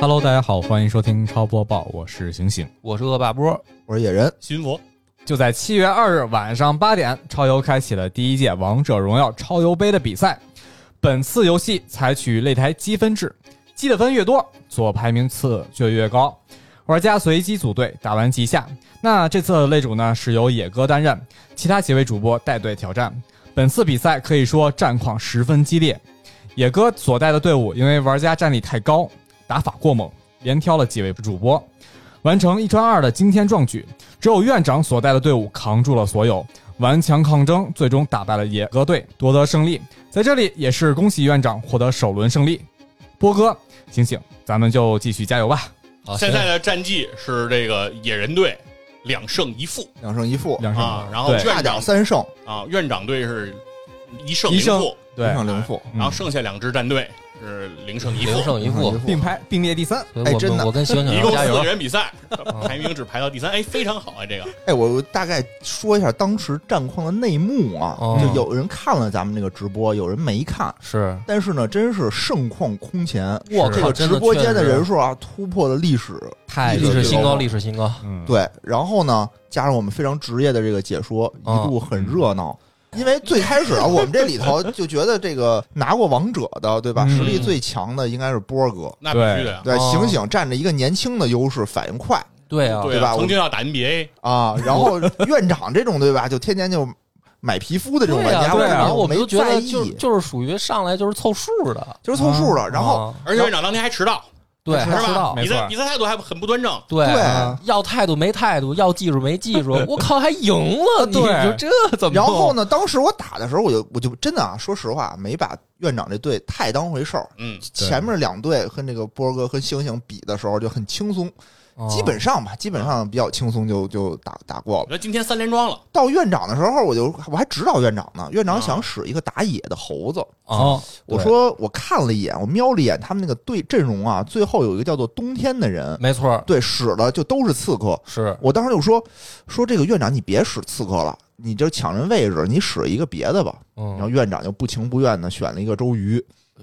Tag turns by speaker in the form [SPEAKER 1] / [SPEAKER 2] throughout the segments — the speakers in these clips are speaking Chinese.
[SPEAKER 1] Hello，大家好，欢迎收听超播报，我是醒醒。
[SPEAKER 2] 我是恶霸波，
[SPEAKER 3] 我是野人，
[SPEAKER 4] 巡逻，
[SPEAKER 1] 就在七月二日晚上八点，超游开启了第一届王者荣耀超游杯的比赛。本次游戏采取擂台积分制，积的分越多，做排名次就越高。玩家随机组队，打完即下。那这次的擂主呢是由野哥担任，其他几位主播带队挑战。本次比赛可以说战况十分激烈，野哥所带的队伍因为玩家战力太高，打法过猛，连挑了几位主播，完成一穿二的惊天壮举。只有院长所带的队伍扛住了所有，顽强抗争，最终打败了野哥队，夺得胜利。在这里也是恭喜院长获得首轮胜利，波哥，醒醒，咱们就继续加油吧！
[SPEAKER 2] 好，
[SPEAKER 4] 现在的战绩是这个野人队两胜一负
[SPEAKER 3] 两胜一负，
[SPEAKER 1] 两胜
[SPEAKER 4] 啊，然后
[SPEAKER 1] 嗯对
[SPEAKER 3] 差
[SPEAKER 4] 院
[SPEAKER 3] 点
[SPEAKER 4] 长
[SPEAKER 3] 三胜，
[SPEAKER 4] 啊，院长队是一胜
[SPEAKER 1] 一
[SPEAKER 4] 零
[SPEAKER 1] 胜
[SPEAKER 4] 负，
[SPEAKER 3] 一
[SPEAKER 1] 对，
[SPEAKER 3] 胜零负，
[SPEAKER 1] 嗯
[SPEAKER 4] 然后剩下两支战队是零胜一负
[SPEAKER 2] 零，胜一负，
[SPEAKER 1] 并排并列第三，
[SPEAKER 2] 所
[SPEAKER 3] 嗯
[SPEAKER 2] 以
[SPEAKER 3] 哎
[SPEAKER 2] 我
[SPEAKER 3] 真
[SPEAKER 2] 们
[SPEAKER 3] 的
[SPEAKER 2] 我跟醒
[SPEAKER 4] 一
[SPEAKER 2] 醒
[SPEAKER 4] 共
[SPEAKER 2] 加
[SPEAKER 4] 四
[SPEAKER 2] 油
[SPEAKER 4] 个，人比赛，排名只排到第三，哎，非常好啊，这个
[SPEAKER 3] 哎，我大概说一下当时战况的内幕啊，
[SPEAKER 2] 哦
[SPEAKER 3] 就有人看了咱们这个直播，有人没看。
[SPEAKER 2] 是
[SPEAKER 3] 但是呢，真是盛况空前，
[SPEAKER 2] 我
[SPEAKER 3] 这
[SPEAKER 2] 靠
[SPEAKER 3] 个
[SPEAKER 2] 真
[SPEAKER 3] 直
[SPEAKER 2] 的
[SPEAKER 3] 播间的
[SPEAKER 2] 确实
[SPEAKER 3] 人数啊，突破了历史。
[SPEAKER 1] 太
[SPEAKER 2] 历史新
[SPEAKER 3] 哎这
[SPEAKER 2] 高，
[SPEAKER 3] 个
[SPEAKER 2] 历史新高，
[SPEAKER 1] 嗯，
[SPEAKER 3] 对，然后呢，加上我们非常职业的这个解说，
[SPEAKER 2] 哦嗯
[SPEAKER 3] 一度很热闹。因为最开始啊，我们这里头 就觉得这个拿过王者的，对吧？
[SPEAKER 1] 嗯
[SPEAKER 3] 实力最强的应该是波哥，
[SPEAKER 4] 那必须的呀，
[SPEAKER 3] 对，
[SPEAKER 2] 哦
[SPEAKER 3] 醒醒占着一个年轻的优势，反应快
[SPEAKER 2] 对啊，
[SPEAKER 3] 对吧
[SPEAKER 4] 啊，
[SPEAKER 3] 我
[SPEAKER 4] 曾经要打 NBA，
[SPEAKER 3] 啊。然后院长这种，对吧？就天天就买皮肤的这种玩
[SPEAKER 2] 对
[SPEAKER 3] 家，
[SPEAKER 2] 啊，
[SPEAKER 3] 我
[SPEAKER 2] 对
[SPEAKER 3] 根
[SPEAKER 2] 啊，
[SPEAKER 3] 本
[SPEAKER 2] 我们
[SPEAKER 3] 没
[SPEAKER 2] 都觉
[SPEAKER 3] 在
[SPEAKER 2] 得
[SPEAKER 3] 意，
[SPEAKER 2] 就是就是属于上来就是凑数的，
[SPEAKER 3] 就是凑数了。然后
[SPEAKER 2] 啊
[SPEAKER 4] 而且院长当天还迟到，
[SPEAKER 2] 对，
[SPEAKER 4] 是
[SPEAKER 2] 还知
[SPEAKER 4] 吧？
[SPEAKER 2] 道
[SPEAKER 1] 没
[SPEAKER 4] 比
[SPEAKER 1] 错
[SPEAKER 4] 赛比赛态度还很不端正，
[SPEAKER 2] 对
[SPEAKER 3] 对
[SPEAKER 2] 啊要态度没态度，要技术没技术，我靠，还 赢了，你
[SPEAKER 1] 对
[SPEAKER 2] 说这怎么弄？
[SPEAKER 3] 然后呢？当时我打的时候，我就我就真的啊，说实话，没把院长这队太当回事儿。
[SPEAKER 4] 嗯，
[SPEAKER 3] 前面两队跟这个波哥跟星星比的时候就很轻松，
[SPEAKER 2] 哦，
[SPEAKER 3] 基本上吧，基本上比较轻松就就打打过了。
[SPEAKER 4] 那今天三连庄了，
[SPEAKER 3] 到院长的时候，我就我还指导院长呢。院长
[SPEAKER 4] 啊
[SPEAKER 3] 想使一个打野的猴子，
[SPEAKER 2] 哦，
[SPEAKER 3] 我说我看了一眼，我瞄了一眼他们那个队阵容啊，最后有一个叫做冬天的人，
[SPEAKER 2] 没错，
[SPEAKER 3] 对，使的就都是刺客。
[SPEAKER 2] 是
[SPEAKER 3] 我当时就说说这个院长，你别使刺客了，你就抢人位置，你使一个别的吧。然后
[SPEAKER 2] 嗯，
[SPEAKER 3] 院长就不情不愿的选了一个周瑜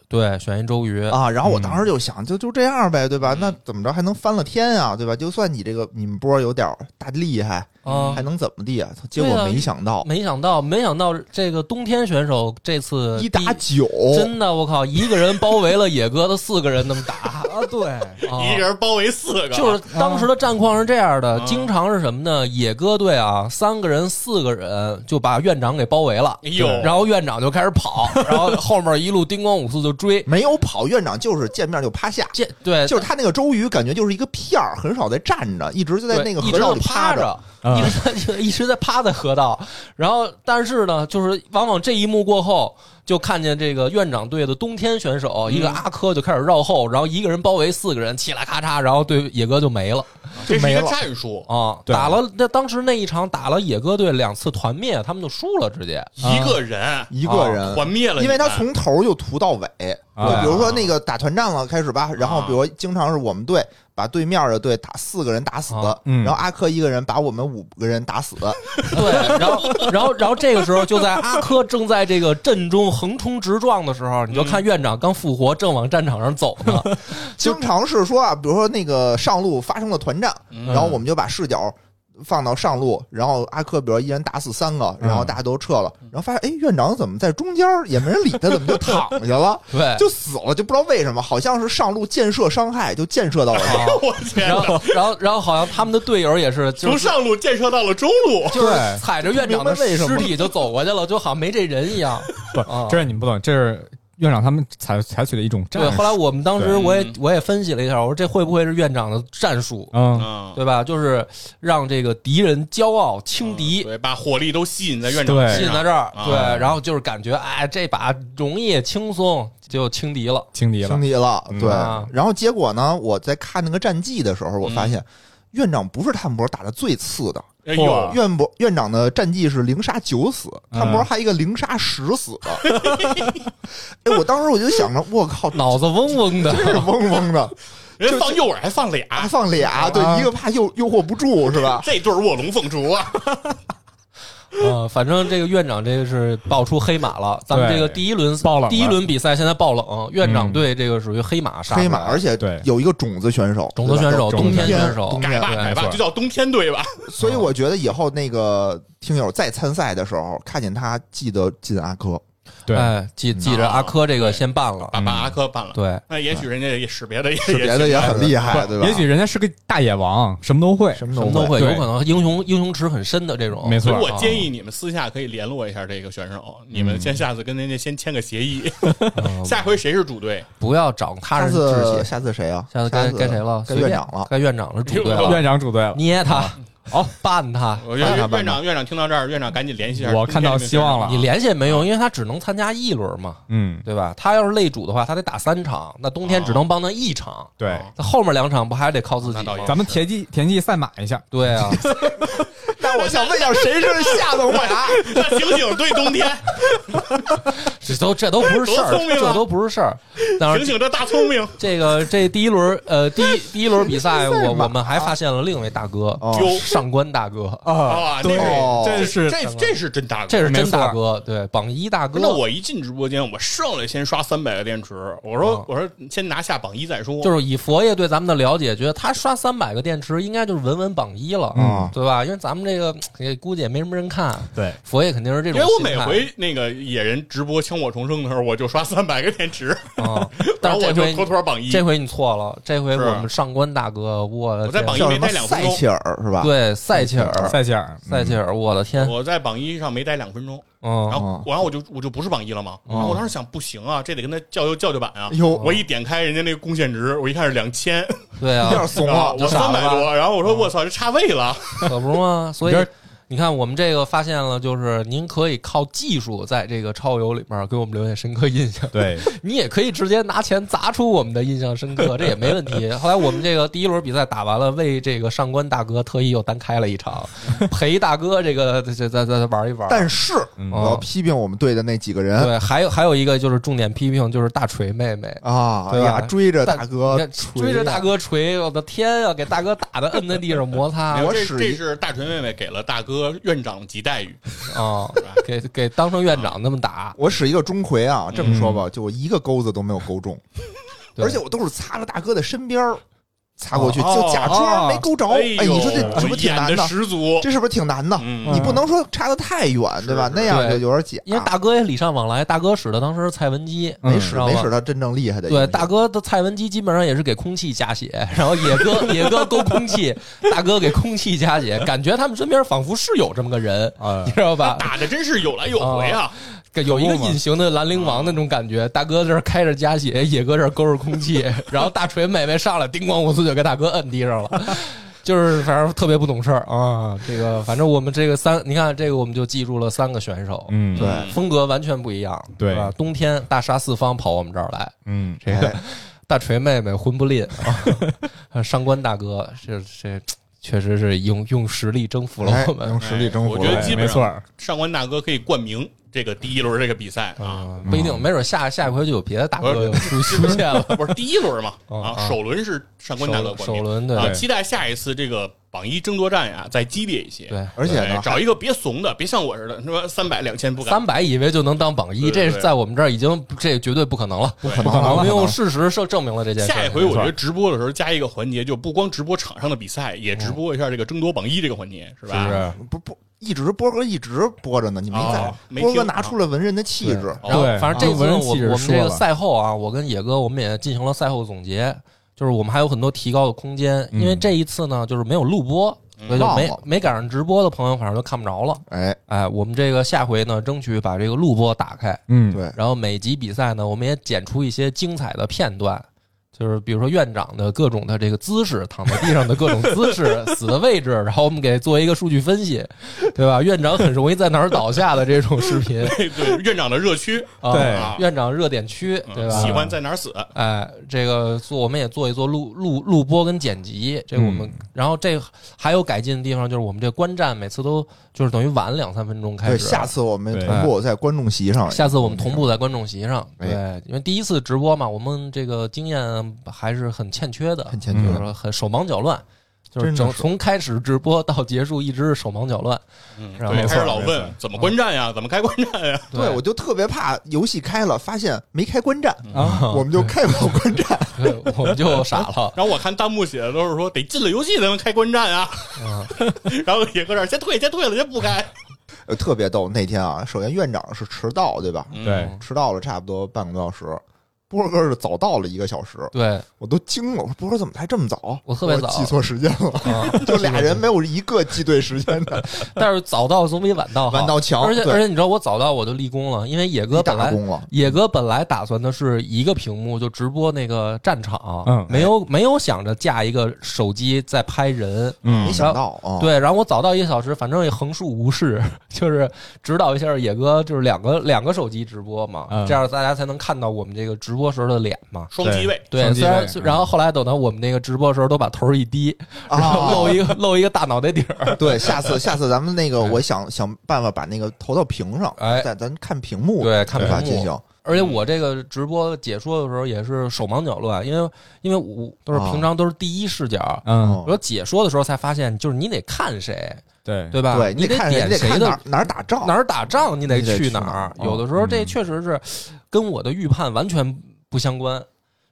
[SPEAKER 2] 对，选一周瑜，
[SPEAKER 3] 啊，然后我当时就想，就就这样呗，对吧？那怎么着还能翻了天啊，对吧？就算你这个你们波有点大厉害，
[SPEAKER 2] 啊
[SPEAKER 3] 还，能怎么地啊？结果
[SPEAKER 2] 对啊
[SPEAKER 3] 没想到
[SPEAKER 2] 没想到，没想到这个冬天选手这次
[SPEAKER 3] 一
[SPEAKER 2] 第
[SPEAKER 3] 打九，
[SPEAKER 2] 真的，我靠，一个人包围了野哥的四个人那么 打，
[SPEAKER 1] 啊，对，
[SPEAKER 2] 啊
[SPEAKER 4] 一人包围四个，
[SPEAKER 2] 就是当时的战况是这样的，
[SPEAKER 4] 啊
[SPEAKER 2] 经常是什么呢？野哥队啊，三个人、四个人就把院长给包围了，
[SPEAKER 4] 哎呦，
[SPEAKER 2] 然后院长就开 始跑，然后后面一路叮咣五四就追。
[SPEAKER 3] 没有跑，院长就是见面就趴下，
[SPEAKER 2] 这对，
[SPEAKER 3] 就是他那个周瑜，感觉就是一个片儿，很少在站着，一直就在那个
[SPEAKER 2] 对一
[SPEAKER 3] 河
[SPEAKER 2] 直
[SPEAKER 3] 道
[SPEAKER 2] 就
[SPEAKER 3] 里
[SPEAKER 2] 趴
[SPEAKER 3] 着。
[SPEAKER 2] 着，一直在 一直在趴在河道。然后，但是呢，就是往往这一幕过后，就看见这个院长队的冬天选手
[SPEAKER 3] 嗯
[SPEAKER 2] 一个阿珂就开始绕后，然后一个人包围四个人，起来咔嚓，然后对野哥就没了
[SPEAKER 4] 啊这是一
[SPEAKER 3] 没
[SPEAKER 4] 个
[SPEAKER 3] 了
[SPEAKER 4] 战术，
[SPEAKER 2] 啊！
[SPEAKER 1] 对
[SPEAKER 2] 打了那当时那一场打了野哥队两次团灭，他们就输了，直接啊
[SPEAKER 4] 一个人
[SPEAKER 3] 一个人，
[SPEAKER 4] 团灭了你们，
[SPEAKER 3] 因为他从头就屠到尾。
[SPEAKER 1] 啊
[SPEAKER 3] 就比如说那个打团战了开始吧，然后比如经常是我们队把对面的队打四个人打死，
[SPEAKER 2] 啊
[SPEAKER 1] 嗯
[SPEAKER 3] 然后阿珂一个人把我们五个人打死。
[SPEAKER 2] 对，然后，然后，然后这个时候就在阿珂正在这个阵中横冲直撞的时候，你就看院长刚复活，正往战场上走呢。
[SPEAKER 3] 经常是说啊，比如说那个上路发生了团战，
[SPEAKER 4] 嗯
[SPEAKER 3] 然后我们就把视角。放到上路，然后阿珂比如一人打死三个，然
[SPEAKER 1] 嗯
[SPEAKER 3] 后大家都撤了，然后发现哎，院长怎么在中间儿也没人理他，怎么就躺 下了？
[SPEAKER 1] 哎
[SPEAKER 2] 对，
[SPEAKER 3] 就死了，就不知道为什么，好像是上路建设伤害，就建设到了他。
[SPEAKER 2] 啊
[SPEAKER 4] 我天
[SPEAKER 2] 然
[SPEAKER 4] 哪，
[SPEAKER 2] 后，然后，然后好像他们的队友也是，就
[SPEAKER 4] 从
[SPEAKER 2] 是
[SPEAKER 4] 上路建设到了中路，
[SPEAKER 2] 就是
[SPEAKER 1] 对
[SPEAKER 2] 踩着院长的
[SPEAKER 3] 明白为什
[SPEAKER 2] 尸
[SPEAKER 3] 么
[SPEAKER 2] 体就走过去了，就好像没这人一样。
[SPEAKER 1] 不
[SPEAKER 2] 啊，
[SPEAKER 1] 这是你们不懂，这是院长他们采采取的一种战
[SPEAKER 2] 对，
[SPEAKER 1] 术。
[SPEAKER 2] 后来我们当时
[SPEAKER 4] 对
[SPEAKER 2] 我也
[SPEAKER 4] 嗯
[SPEAKER 2] 我也分析了一下，我说这会不会是院长的战术，
[SPEAKER 1] 嗯，
[SPEAKER 4] 嗯，
[SPEAKER 2] 对吧？就是让这个敌人骄傲轻敌，
[SPEAKER 4] 嗯对，把火力都吸引在院长
[SPEAKER 1] 对
[SPEAKER 2] 吸
[SPEAKER 4] 身
[SPEAKER 2] 引
[SPEAKER 4] 上
[SPEAKER 2] 在这儿，
[SPEAKER 4] 啊
[SPEAKER 2] 对，然后就是感觉哎，这把容易轻松就轻敌了，
[SPEAKER 1] 轻敌了
[SPEAKER 3] 轻，敌了，
[SPEAKER 1] 嗯
[SPEAKER 3] 对
[SPEAKER 2] 啊。
[SPEAKER 3] 然后结果呢，我在看那个战绩的时候，我发现院长不是探博打的最次的，
[SPEAKER 4] 哎
[SPEAKER 1] 嚯
[SPEAKER 4] 呦，
[SPEAKER 3] 院博院长的战绩是零杀九死，
[SPEAKER 1] 嗯
[SPEAKER 3] 探博还一个零杀十死 的。哎，我当时我就想着，我靠，
[SPEAKER 2] 脑子嗡嗡的
[SPEAKER 3] 真是嗡嗡的。
[SPEAKER 4] 人
[SPEAKER 3] 就
[SPEAKER 4] 家放诱饵还放俩，
[SPEAKER 1] 啊
[SPEAKER 3] 还放俩，对，一个怕诱诱惑不住是吧？
[SPEAKER 4] 这对儿卧龙凤雏啊，
[SPEAKER 2] 啊，反正这个院长这个是爆出黑马了，咱们
[SPEAKER 1] 对
[SPEAKER 2] 这个第一轮
[SPEAKER 1] 爆冷了嗯
[SPEAKER 2] 第一轮比赛现在爆冷，院长队这个属于黑马杀出来
[SPEAKER 3] 黑马，而且
[SPEAKER 1] 对
[SPEAKER 3] 有一个种子选手，
[SPEAKER 2] 种子选手
[SPEAKER 3] 对吧
[SPEAKER 1] 冬
[SPEAKER 2] 天
[SPEAKER 3] 天
[SPEAKER 2] 选手
[SPEAKER 3] 冬
[SPEAKER 4] 改
[SPEAKER 3] 天
[SPEAKER 4] 吧
[SPEAKER 2] 对
[SPEAKER 4] 改吧，
[SPEAKER 1] 错
[SPEAKER 4] 就叫冬天队吧。
[SPEAKER 3] 所以我觉得以后那个听友在参赛的时候，看见他记得进阿科，
[SPEAKER 1] 对，
[SPEAKER 2] 哎，记
[SPEAKER 3] 嗯
[SPEAKER 2] 记
[SPEAKER 3] 啊
[SPEAKER 2] 着阿科这个先办了，
[SPEAKER 1] 嗯
[SPEAKER 4] 把把阿科办了，
[SPEAKER 2] 对，
[SPEAKER 4] 那也许人家也识别的也
[SPEAKER 3] 是别的也很厉害，对吧？
[SPEAKER 1] 也许人家是个大野王，什么都会。
[SPEAKER 3] 哎什
[SPEAKER 2] 什么
[SPEAKER 3] 么
[SPEAKER 2] 都
[SPEAKER 3] 会。
[SPEAKER 2] 会，有
[SPEAKER 1] 对
[SPEAKER 2] 可能英雄英雄池很深的这种，啊
[SPEAKER 1] 没错啊嗯
[SPEAKER 4] 所以
[SPEAKER 1] 是
[SPEAKER 4] 我建议你们私下可以联络一下这个选手，你们先下次跟人家先签个 协议，
[SPEAKER 2] 嗯
[SPEAKER 4] 下回谁是主队，
[SPEAKER 2] 不要找他
[SPEAKER 3] 下
[SPEAKER 2] 人致
[SPEAKER 3] 次
[SPEAKER 2] 谢。
[SPEAKER 3] 下次谁啊？
[SPEAKER 2] 下次该该谁了？
[SPEAKER 3] 该
[SPEAKER 2] 随便
[SPEAKER 3] 院长了。
[SPEAKER 2] 该院长了，主队了，
[SPEAKER 1] 院长组队了，啊
[SPEAKER 2] 捏他，哦，办他。
[SPEAKER 4] 我觉得
[SPEAKER 3] 办他
[SPEAKER 4] 院
[SPEAKER 3] 办
[SPEAKER 4] 院长院长听到这儿，院长赶紧联系一下。
[SPEAKER 1] 我看到希望
[SPEAKER 4] 啊
[SPEAKER 1] 了
[SPEAKER 2] 你联系也没用，因为他只能参加一轮嘛，
[SPEAKER 1] 嗯，
[SPEAKER 2] 对吧？他要是擂主的话，他得打三场，那冬天
[SPEAKER 4] 啊
[SPEAKER 2] 只能帮他一场，
[SPEAKER 1] 对，
[SPEAKER 2] 那后面两场不还得靠自己
[SPEAKER 4] 那倒也
[SPEAKER 2] 吗？
[SPEAKER 1] 咱们田忌田忌赛马一下，
[SPEAKER 2] 对 啊，
[SPEAKER 3] 但我想问一下，谁是夏冬华？
[SPEAKER 4] 那醒醒对冬 天，
[SPEAKER 2] 这都这都不是事儿
[SPEAKER 4] 多聪，明啊
[SPEAKER 2] 这都不是事儿。当
[SPEAKER 4] 醒
[SPEAKER 2] 然，
[SPEAKER 4] 醒这大聪明，
[SPEAKER 2] 这个这第一轮呃第 一第一轮比赛，
[SPEAKER 3] 赛
[SPEAKER 2] 我
[SPEAKER 3] 马
[SPEAKER 2] 我们还发现了另一位大哥，
[SPEAKER 3] 哦
[SPEAKER 4] 哟
[SPEAKER 2] 上官大哥，
[SPEAKER 4] 啊，那
[SPEAKER 3] 哦
[SPEAKER 1] 这
[SPEAKER 4] 是
[SPEAKER 1] 是
[SPEAKER 4] 这这是真大哥。
[SPEAKER 2] 这是真
[SPEAKER 1] 没错
[SPEAKER 2] 大哥，对，榜一大哥。
[SPEAKER 4] 那我一进直播间，我上来先刷三百个电池，我说
[SPEAKER 2] 啊
[SPEAKER 4] 我说先拿下榜一再说，
[SPEAKER 2] 就是以佛爷对咱们的了解，觉得他刷三百个电池，应该就是稳稳榜一了，
[SPEAKER 3] 嗯
[SPEAKER 2] 对吧？因为咱们这个也估计也没什么人看，
[SPEAKER 1] 对，
[SPEAKER 2] 佛爷肯定是这
[SPEAKER 4] 因
[SPEAKER 2] 种
[SPEAKER 4] 为
[SPEAKER 2] 心
[SPEAKER 4] 我
[SPEAKER 2] 态。
[SPEAKER 4] 每回那个野人直播枪火重生的时候，我就刷三百个电池，
[SPEAKER 2] 啊，
[SPEAKER 4] 然
[SPEAKER 2] 但
[SPEAKER 4] 后
[SPEAKER 2] 是这
[SPEAKER 4] 我就
[SPEAKER 2] 回
[SPEAKER 4] 妥妥榜一。
[SPEAKER 2] 这回你错了，这回
[SPEAKER 4] 是啊
[SPEAKER 2] 我们上官大哥，我
[SPEAKER 4] 我在
[SPEAKER 2] 这
[SPEAKER 4] 榜一
[SPEAKER 3] 叫什么塞切尔是吧？，
[SPEAKER 2] 对塞切尔，
[SPEAKER 1] 塞切尔，
[SPEAKER 2] 塞切尔，我的天，
[SPEAKER 4] 嗯我在榜一上没待两分钟，
[SPEAKER 2] 嗯
[SPEAKER 4] 然，后然后我就我就不是榜一了嘛。
[SPEAKER 2] 哦
[SPEAKER 4] 然后我当时想，不行啊，这得跟他叫叫叫叫板
[SPEAKER 2] 哎
[SPEAKER 4] 啊。
[SPEAKER 3] 哟，
[SPEAKER 4] 我一点开人家那个贡献值，我一看是两千，
[SPEAKER 2] 对
[SPEAKER 3] 有
[SPEAKER 2] 啊，
[SPEAKER 3] 点怂了。
[SPEAKER 4] 我三百
[SPEAKER 2] 傻嗯
[SPEAKER 4] 多，然后我说我操，这差位了，
[SPEAKER 2] 可不是吗？所以
[SPEAKER 1] 你这
[SPEAKER 2] 你看，我们这个发现了，就是您可以靠技术在这个超游里面给我们留下深刻印象，
[SPEAKER 1] 对，
[SPEAKER 2] 你也可以直接拿钱砸出我们的印象深刻，这也没问题。后来我们这个第一轮比赛打完了，为这个上官大哥特意又单开了一场，陪大哥这个这再再玩一玩。
[SPEAKER 3] 但是
[SPEAKER 1] 嗯
[SPEAKER 3] 我要批评我们队的那几个人
[SPEAKER 2] 对，还有还有一个就是重点批评就是大锤妹妹。
[SPEAKER 3] 啊，哎
[SPEAKER 2] 对吧
[SPEAKER 3] 呀，追着
[SPEAKER 2] 但
[SPEAKER 3] 大
[SPEAKER 2] 你
[SPEAKER 3] 哥
[SPEAKER 2] 看，追着大，哥锤，我的天啊！给大哥打的摁在地上摩擦啊
[SPEAKER 4] 没有
[SPEAKER 3] 我
[SPEAKER 4] 这
[SPEAKER 3] 使
[SPEAKER 4] 这
[SPEAKER 3] 一
[SPEAKER 4] 是大锤妹妹给了大哥院长级待遇，！
[SPEAKER 2] 哦给给当成院长那么打，
[SPEAKER 3] 我使一个钟馗啊，这么说吧，就我一个钩子都没有钩中，
[SPEAKER 2] 嗯对
[SPEAKER 3] 而且我都是擦着大哥的身边儿擦过去，
[SPEAKER 4] 哦
[SPEAKER 3] 就假装没勾着。哎，
[SPEAKER 4] 呦，
[SPEAKER 3] 你说这是不是挺
[SPEAKER 4] 演
[SPEAKER 3] 难
[SPEAKER 4] 的十足，
[SPEAKER 3] 这是不是挺难的？
[SPEAKER 4] 嗯，
[SPEAKER 3] 你不能说差的太远，对吧？
[SPEAKER 4] 是
[SPEAKER 3] 那样就
[SPEAKER 2] 对
[SPEAKER 3] 有点假。
[SPEAKER 2] 因为大哥也礼尚往来，大哥使的当时是蔡文姬，
[SPEAKER 3] 没
[SPEAKER 2] 你
[SPEAKER 3] 使
[SPEAKER 2] 知道
[SPEAKER 3] 没
[SPEAKER 2] 吗
[SPEAKER 3] 使他真正厉害的。
[SPEAKER 2] 对，大哥的蔡文姬基本上也是给空气加血，然后野哥野哥勾空气，大哥给空气加血，感觉他们身边仿佛是有这么个人，
[SPEAKER 1] 呃
[SPEAKER 2] 你，知道吧？
[SPEAKER 4] 打的真是有来有回啊！
[SPEAKER 2] 有一个隐形的兰陵王那种感觉，大哥这儿开着加血， 野哥这儿勾着空气， 然后大锤妹妹上来，叮咣五四就给大哥摁地上了。 就是反正特别不懂事儿啊，这个反正我们这个三，你看这个我们就记住了三个选手，
[SPEAKER 1] 嗯，
[SPEAKER 3] 对
[SPEAKER 4] 嗯
[SPEAKER 2] 风格完全不一样，
[SPEAKER 1] 对
[SPEAKER 2] 吧？冬天大杀四方跑我们这儿来，
[SPEAKER 1] 嗯，
[SPEAKER 2] 这个大锤妹妹魂不吝 啊，上官大哥这这确实是用用实力征服了
[SPEAKER 3] 哎
[SPEAKER 2] 我们
[SPEAKER 3] 用实力征服
[SPEAKER 4] 我
[SPEAKER 3] 了。
[SPEAKER 4] 觉得基本
[SPEAKER 1] 没错
[SPEAKER 4] 上
[SPEAKER 1] 儿，
[SPEAKER 4] 上官大哥可以冠名这个第一轮这个比赛啊，
[SPEAKER 2] 啊，不一定，没准下下一回就有别的大
[SPEAKER 4] 不
[SPEAKER 2] 哥
[SPEAKER 4] 是
[SPEAKER 2] 出出现了。
[SPEAKER 4] 啊不是第一轮嘛
[SPEAKER 2] 嗯
[SPEAKER 4] 啊，
[SPEAKER 2] 嗯
[SPEAKER 4] 首轮是上官大哥冠
[SPEAKER 2] 首
[SPEAKER 4] 名
[SPEAKER 2] 轮对
[SPEAKER 4] 啊，期待下一次这个榜一争夺战呀再激烈一些。
[SPEAKER 2] 对，
[SPEAKER 3] 而且
[SPEAKER 4] 哎
[SPEAKER 3] 呢，
[SPEAKER 4] 找一个别怂的，别像我似的，什么三百两千不敢。
[SPEAKER 2] 三百以为就能当榜一，
[SPEAKER 4] 对对
[SPEAKER 2] 这
[SPEAKER 4] 对
[SPEAKER 2] 是在我们这儿已经这绝对不可能了。
[SPEAKER 3] 不可能
[SPEAKER 1] 不可能
[SPEAKER 3] 了
[SPEAKER 2] 我们
[SPEAKER 3] 不可
[SPEAKER 2] 用
[SPEAKER 3] 能
[SPEAKER 2] 事实证证明了这件事。
[SPEAKER 4] 下一回我觉
[SPEAKER 1] 没
[SPEAKER 4] 得直播的时候加一个环节，就不光直播场上的比赛，也直播一下这个争夺榜一这个环节，是吧？
[SPEAKER 2] 是不是？
[SPEAKER 3] 不不一直波哥一直播着呢，你没在
[SPEAKER 4] 哦。没
[SPEAKER 3] 波哥
[SPEAKER 4] 听
[SPEAKER 3] 拿出了文人的气
[SPEAKER 2] 对
[SPEAKER 3] 质，
[SPEAKER 2] 然后
[SPEAKER 1] 对啊
[SPEAKER 2] 反正这次
[SPEAKER 1] 文人
[SPEAKER 2] 我
[SPEAKER 1] 气质
[SPEAKER 2] 我们这
[SPEAKER 1] 说了
[SPEAKER 2] 个赛后啊，我跟野哥我们也进行了赛后总结，就是我们还有很多提高的空间，因为
[SPEAKER 1] 嗯
[SPEAKER 2] 这一次呢就是没有录播，
[SPEAKER 4] 嗯
[SPEAKER 2] 所以就
[SPEAKER 3] 忘
[SPEAKER 2] 没
[SPEAKER 3] 了
[SPEAKER 2] 没赶上直播的朋友反正都看不着了。
[SPEAKER 3] 哎，
[SPEAKER 2] 哎，我们这个下回呢，争取把这个录播打开，
[SPEAKER 1] 嗯，
[SPEAKER 3] 对，
[SPEAKER 2] 然后每集比赛呢，我们也剪出一些精彩的片段，就是比如说院长的各种的这个姿势，躺在地上的各种姿势，死的位置，然后我们给做一个数据分析，对吧？院长很容易在哪儿倒下的这种视频
[SPEAKER 4] 对对，院长的热区，
[SPEAKER 2] 啊，
[SPEAKER 1] 嗯对
[SPEAKER 2] 院长热点区，
[SPEAKER 4] 嗯
[SPEAKER 2] 对吧？
[SPEAKER 4] 喜欢在哪儿死？
[SPEAKER 2] 哎，这个做我们也做一做录录录播跟剪辑，这个我
[SPEAKER 3] 嗯
[SPEAKER 2] 们，然后这还有改进的地方就是我们这观战每次都就是等于晚两三分钟开
[SPEAKER 3] 对，
[SPEAKER 2] 始，
[SPEAKER 3] 下次我们
[SPEAKER 1] 对
[SPEAKER 3] 同步在观众席上，
[SPEAKER 2] 下次我们同步在观众席上，
[SPEAKER 3] 哎
[SPEAKER 2] 对，因为第一次直播嘛，我们这个经验面还是很欠缺的，
[SPEAKER 3] 很欠缺
[SPEAKER 2] 就是说很手忙脚乱，就是
[SPEAKER 3] 真的
[SPEAKER 2] 整
[SPEAKER 3] 是
[SPEAKER 2] 从开始直播到结束一直是手忙脚乱。
[SPEAKER 4] 嗯，
[SPEAKER 2] 然后
[SPEAKER 4] 对，
[SPEAKER 2] 没
[SPEAKER 4] 开
[SPEAKER 2] 错
[SPEAKER 4] 始老
[SPEAKER 3] 没
[SPEAKER 4] 问
[SPEAKER 3] 错嗯
[SPEAKER 4] 怎么观战呀，怎么开观战 呀，。
[SPEAKER 3] 对，我就特别怕游戏开了，发现没开观战，
[SPEAKER 2] 嗯
[SPEAKER 1] 啊，
[SPEAKER 3] 我们就开不了观战。
[SPEAKER 2] 对我们就傻了
[SPEAKER 4] 然后我看弹幕写的都是说得进了游戏才能开观战啊，
[SPEAKER 2] 嗯
[SPEAKER 4] 然后也搁这儿先退，先退了，先不开。
[SPEAKER 3] 呃特别逗，那天啊，首先院长是迟到，嗯对吧？
[SPEAKER 4] 嗯
[SPEAKER 1] 对，
[SPEAKER 3] 迟到了差不多半个多小时，波哥是早到了一个小时，
[SPEAKER 2] 对，
[SPEAKER 3] 我都惊了，我说波哥怎么才这么早？
[SPEAKER 2] 我特别早
[SPEAKER 3] 我记错时间了，
[SPEAKER 2] 啊，
[SPEAKER 3] 就俩人没有一个记对时间的，
[SPEAKER 2] 但是早到总比晚到好。
[SPEAKER 3] 晚到强，
[SPEAKER 2] 而且
[SPEAKER 3] 对
[SPEAKER 2] 而且你知道我早到我就立功了，因为野哥
[SPEAKER 3] 你
[SPEAKER 2] 本
[SPEAKER 3] 打
[SPEAKER 2] 来
[SPEAKER 3] 工了，
[SPEAKER 2] 野哥本来打算的是一个屏幕就直播那个战场，
[SPEAKER 1] 嗯
[SPEAKER 2] 没
[SPEAKER 3] 哎
[SPEAKER 2] 有没有想着架一个手机再拍人，
[SPEAKER 1] 嗯
[SPEAKER 3] 没想到啊，
[SPEAKER 2] 对，然后我早到一个小时，反正也横竖无视， 就是指导一下野哥，就是两个两个手机直播嘛，
[SPEAKER 1] 嗯
[SPEAKER 2] 这样大家才能看到我们这个直播时候的脸嘛。
[SPEAKER 4] 双机位，
[SPEAKER 2] 对，
[SPEAKER 1] 双机
[SPEAKER 2] 虽然
[SPEAKER 1] 位
[SPEAKER 2] 虽
[SPEAKER 1] 嗯
[SPEAKER 2] 然后后来等到我们那个直播时候，都把头儿一低，然后
[SPEAKER 3] 啊
[SPEAKER 2] 露，一个露一个大脑袋顶儿，
[SPEAKER 3] 对，下次下次咱们那个，我想想办法把那个投到屏上，
[SPEAKER 2] 哎
[SPEAKER 3] 咱咱看屏幕，
[SPEAKER 2] 对看
[SPEAKER 3] 办法
[SPEAKER 2] 屏幕
[SPEAKER 3] 进行，
[SPEAKER 2] 而且我这个直播解说的时候也是手忙脚乱，因为因为我都是平常都是第一视角，
[SPEAKER 1] 嗯，
[SPEAKER 2] 我、解说的时候才发现，就是你得看谁，
[SPEAKER 1] 对，
[SPEAKER 2] 对吧？
[SPEAKER 3] 对，
[SPEAKER 2] 你
[SPEAKER 3] 得看
[SPEAKER 2] 点
[SPEAKER 3] 你得
[SPEAKER 2] 谁
[SPEAKER 3] 看
[SPEAKER 2] 的
[SPEAKER 3] 哪儿哪儿打仗
[SPEAKER 2] 哪，儿打仗，你得
[SPEAKER 3] 你得
[SPEAKER 2] 去
[SPEAKER 3] 去
[SPEAKER 2] 哪
[SPEAKER 3] 哪
[SPEAKER 2] 儿
[SPEAKER 3] 儿。
[SPEAKER 2] 有的时候
[SPEAKER 1] 嗯
[SPEAKER 2] 这确实是跟我的预判完全不相关。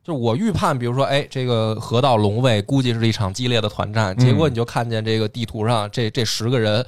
[SPEAKER 2] 就是我预判，比如说，哎，这个河道龙卫估计是一场激烈的团战，结果你就看见这个地图上这这十个人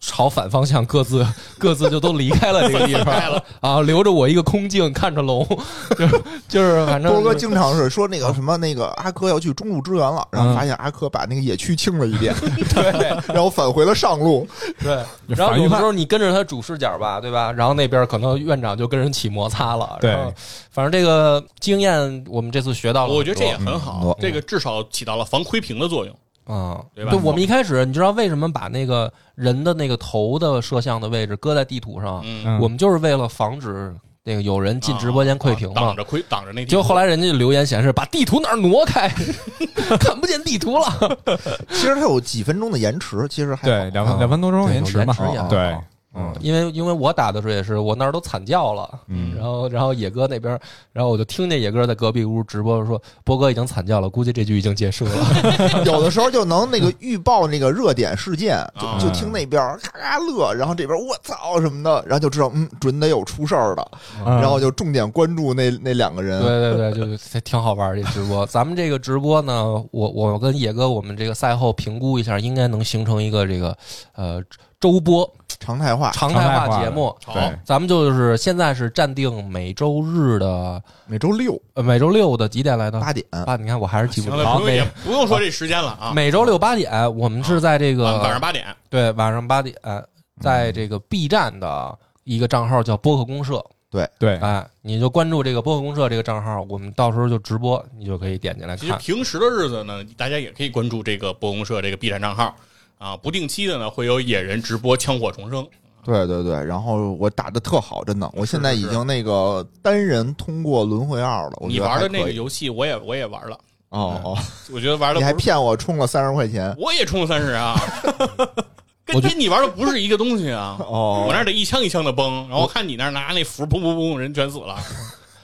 [SPEAKER 2] 朝反方向各自各自就都离开了这个地 方啊，留着我一个空镜看着龙， 就是就是反正
[SPEAKER 3] 波哥经常是说那个什么那个阿珂要去中路支援了，然后发现阿珂把那个野区清了一遍，
[SPEAKER 2] 对
[SPEAKER 3] 然后返回了上路。
[SPEAKER 2] 对，
[SPEAKER 1] 就
[SPEAKER 2] 然后
[SPEAKER 1] 反预
[SPEAKER 2] 有的
[SPEAKER 1] 判
[SPEAKER 2] 时候你跟着他主视角吧，对吧？然后那边可能院长就跟人起摩擦了。
[SPEAKER 1] 对
[SPEAKER 2] 然后反正这个经验我们这次学到了很多，
[SPEAKER 4] 我觉得这也很
[SPEAKER 3] 很多
[SPEAKER 4] 好，这个至少起到了防窥屏的作用。
[SPEAKER 2] 嗯，
[SPEAKER 4] 对吧
[SPEAKER 2] 我们一开始你知道为什么把那个人的那个头的摄像的位置搁在地图上？
[SPEAKER 4] 嗯，
[SPEAKER 1] 嗯
[SPEAKER 2] 我们就是为了防止那个有人进直播间窥屏嘛
[SPEAKER 4] 啊挡。着窥，挡着那地
[SPEAKER 2] 就后来人家留言显示把地图哪儿挪开， 看不见地图了。
[SPEAKER 3] 其实它有几分钟的延迟，其实还
[SPEAKER 1] 对，两分
[SPEAKER 2] 啊
[SPEAKER 1] 两分多钟
[SPEAKER 2] 对
[SPEAKER 1] 延迟嘛
[SPEAKER 2] 有延迟也，好
[SPEAKER 1] 对，
[SPEAKER 2] 嗯
[SPEAKER 1] 嗯，
[SPEAKER 2] 因为因为我打的时候也是，我那儿都惨叫了。
[SPEAKER 1] 嗯
[SPEAKER 2] 然后，然后野哥那边，然后我就听见野哥在隔壁屋直播说：“波哥已经惨叫了，估计这局已经结束了。
[SPEAKER 3] 有的时候就能那个预报那个热点事件，
[SPEAKER 4] 啊
[SPEAKER 3] 就就听那边儿咔咔乐，然后这边儿我操什么的，然后就知道嗯准得有出事儿的，
[SPEAKER 1] 嗯
[SPEAKER 3] 然后就重点关注那那两个”
[SPEAKER 2] 对
[SPEAKER 3] 人。
[SPEAKER 2] 对对，就就挺好玩儿这直播。咱们这个直播呢，我我跟野哥我们这个赛后评估一下，应该能形成一个这个呃周播
[SPEAKER 3] 常态啊化，
[SPEAKER 2] 常
[SPEAKER 1] 态
[SPEAKER 2] 态
[SPEAKER 1] 化
[SPEAKER 2] 化
[SPEAKER 1] 的
[SPEAKER 2] 节目。
[SPEAKER 4] 好
[SPEAKER 1] 对，
[SPEAKER 2] 咱们就是现在是暂定每周日的
[SPEAKER 3] 每周六
[SPEAKER 2] 呃每周六的几点来的？
[SPEAKER 3] 八点，
[SPEAKER 2] 八，你看我还是记不住。
[SPEAKER 4] 行了，
[SPEAKER 2] 好
[SPEAKER 4] 不用也
[SPEAKER 2] 每
[SPEAKER 4] 不用说这时间了啊，
[SPEAKER 2] 每周六八点，我们是在这个嗯
[SPEAKER 4] 晚晚上八点，
[SPEAKER 2] 对，晚上八点，呃在这个 B 站的一个账号叫播客公社，
[SPEAKER 1] 对，
[SPEAKER 2] 哎，你就关注这个播客公社这个账号，我们到时候就直播，你就可以点进来
[SPEAKER 4] 其实
[SPEAKER 2] 看。
[SPEAKER 4] 平时的日子呢，大家也可以关注这个播公社这个 B 站账号啊，不定期的呢会有野人直播枪火重生，
[SPEAKER 3] 对对对，然后我打的特好，真的，我现在
[SPEAKER 4] 是
[SPEAKER 3] 已
[SPEAKER 4] 是
[SPEAKER 3] 经那个单人通过轮回二了。我
[SPEAKER 4] 你
[SPEAKER 3] 觉得
[SPEAKER 4] 玩的嗯
[SPEAKER 3] 还
[SPEAKER 4] 那
[SPEAKER 3] 可
[SPEAKER 4] 个
[SPEAKER 3] 以
[SPEAKER 4] 游戏我也我也玩了，
[SPEAKER 3] 哦哦，
[SPEAKER 4] 我觉得玩的
[SPEAKER 3] 你还
[SPEAKER 4] 不是，
[SPEAKER 3] 骗我充了三十块钱
[SPEAKER 4] 我也充了三十 啊，跟
[SPEAKER 2] 我觉
[SPEAKER 4] 跟你玩的不是一个东 西啊。我
[SPEAKER 3] 哦
[SPEAKER 4] 那儿得一枪一枪的崩，然后我看你那儿拿那符，砰砰砰砰，人全死了。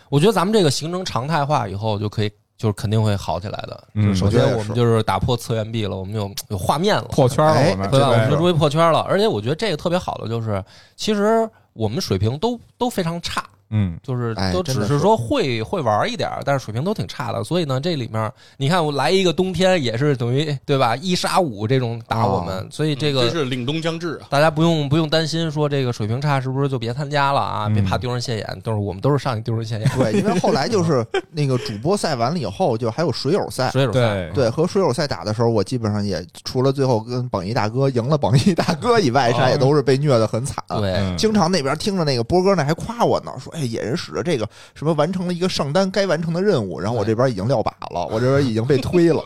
[SPEAKER 2] 我觉得咱们这个形成常态化以后，就可以就是肯定会好起来的。
[SPEAKER 1] 嗯
[SPEAKER 2] 就是首
[SPEAKER 3] 我觉得
[SPEAKER 2] 先
[SPEAKER 3] 也
[SPEAKER 2] 我们
[SPEAKER 3] 是
[SPEAKER 2] 就是打破次元壁了，我们有有画面了，
[SPEAKER 1] 破圈了
[SPEAKER 3] 哎
[SPEAKER 1] 我们，
[SPEAKER 2] 对
[SPEAKER 3] 这
[SPEAKER 2] 吧？我
[SPEAKER 3] 个
[SPEAKER 2] 们
[SPEAKER 3] 是
[SPEAKER 2] 就终于破圈了，而且我觉得这个特别好的就是，其实我们水平都都非常差。
[SPEAKER 1] 嗯，
[SPEAKER 2] 就是
[SPEAKER 3] 哎
[SPEAKER 2] 都
[SPEAKER 3] 真
[SPEAKER 2] 只
[SPEAKER 3] 的
[SPEAKER 2] 是
[SPEAKER 3] 是
[SPEAKER 2] 说会会玩一点儿，但是水平都挺差的。所以呢，这里面你看我来一个冬天也是等于对吧一杀五这种打我们，所以这
[SPEAKER 4] 真
[SPEAKER 2] 个
[SPEAKER 4] 嗯是凛冬将至啊！
[SPEAKER 2] 大家不用不用担心说这个水平差是不是就别参加了啊，
[SPEAKER 1] 嗯
[SPEAKER 2] 别怕丢人现眼，都是我们都是上去丢人现眼。
[SPEAKER 3] 对，因为后来就是那个主播赛完了以后，就还有水友赛。
[SPEAKER 2] 水手赛
[SPEAKER 1] 对
[SPEAKER 3] 对，和水友赛打的时候，我基本上也除了最后跟榜一大哥赢了榜一大哥以外，啥也都是被虐的很惨。
[SPEAKER 2] 哦
[SPEAKER 3] 啊
[SPEAKER 2] 对
[SPEAKER 1] 嗯
[SPEAKER 3] 经常那边听着那个波哥那还夸我呢，说哎，野人使着这个什么完成了一个上单该完成的任务，然后我这边已经撂把了，我这边已经被推 了。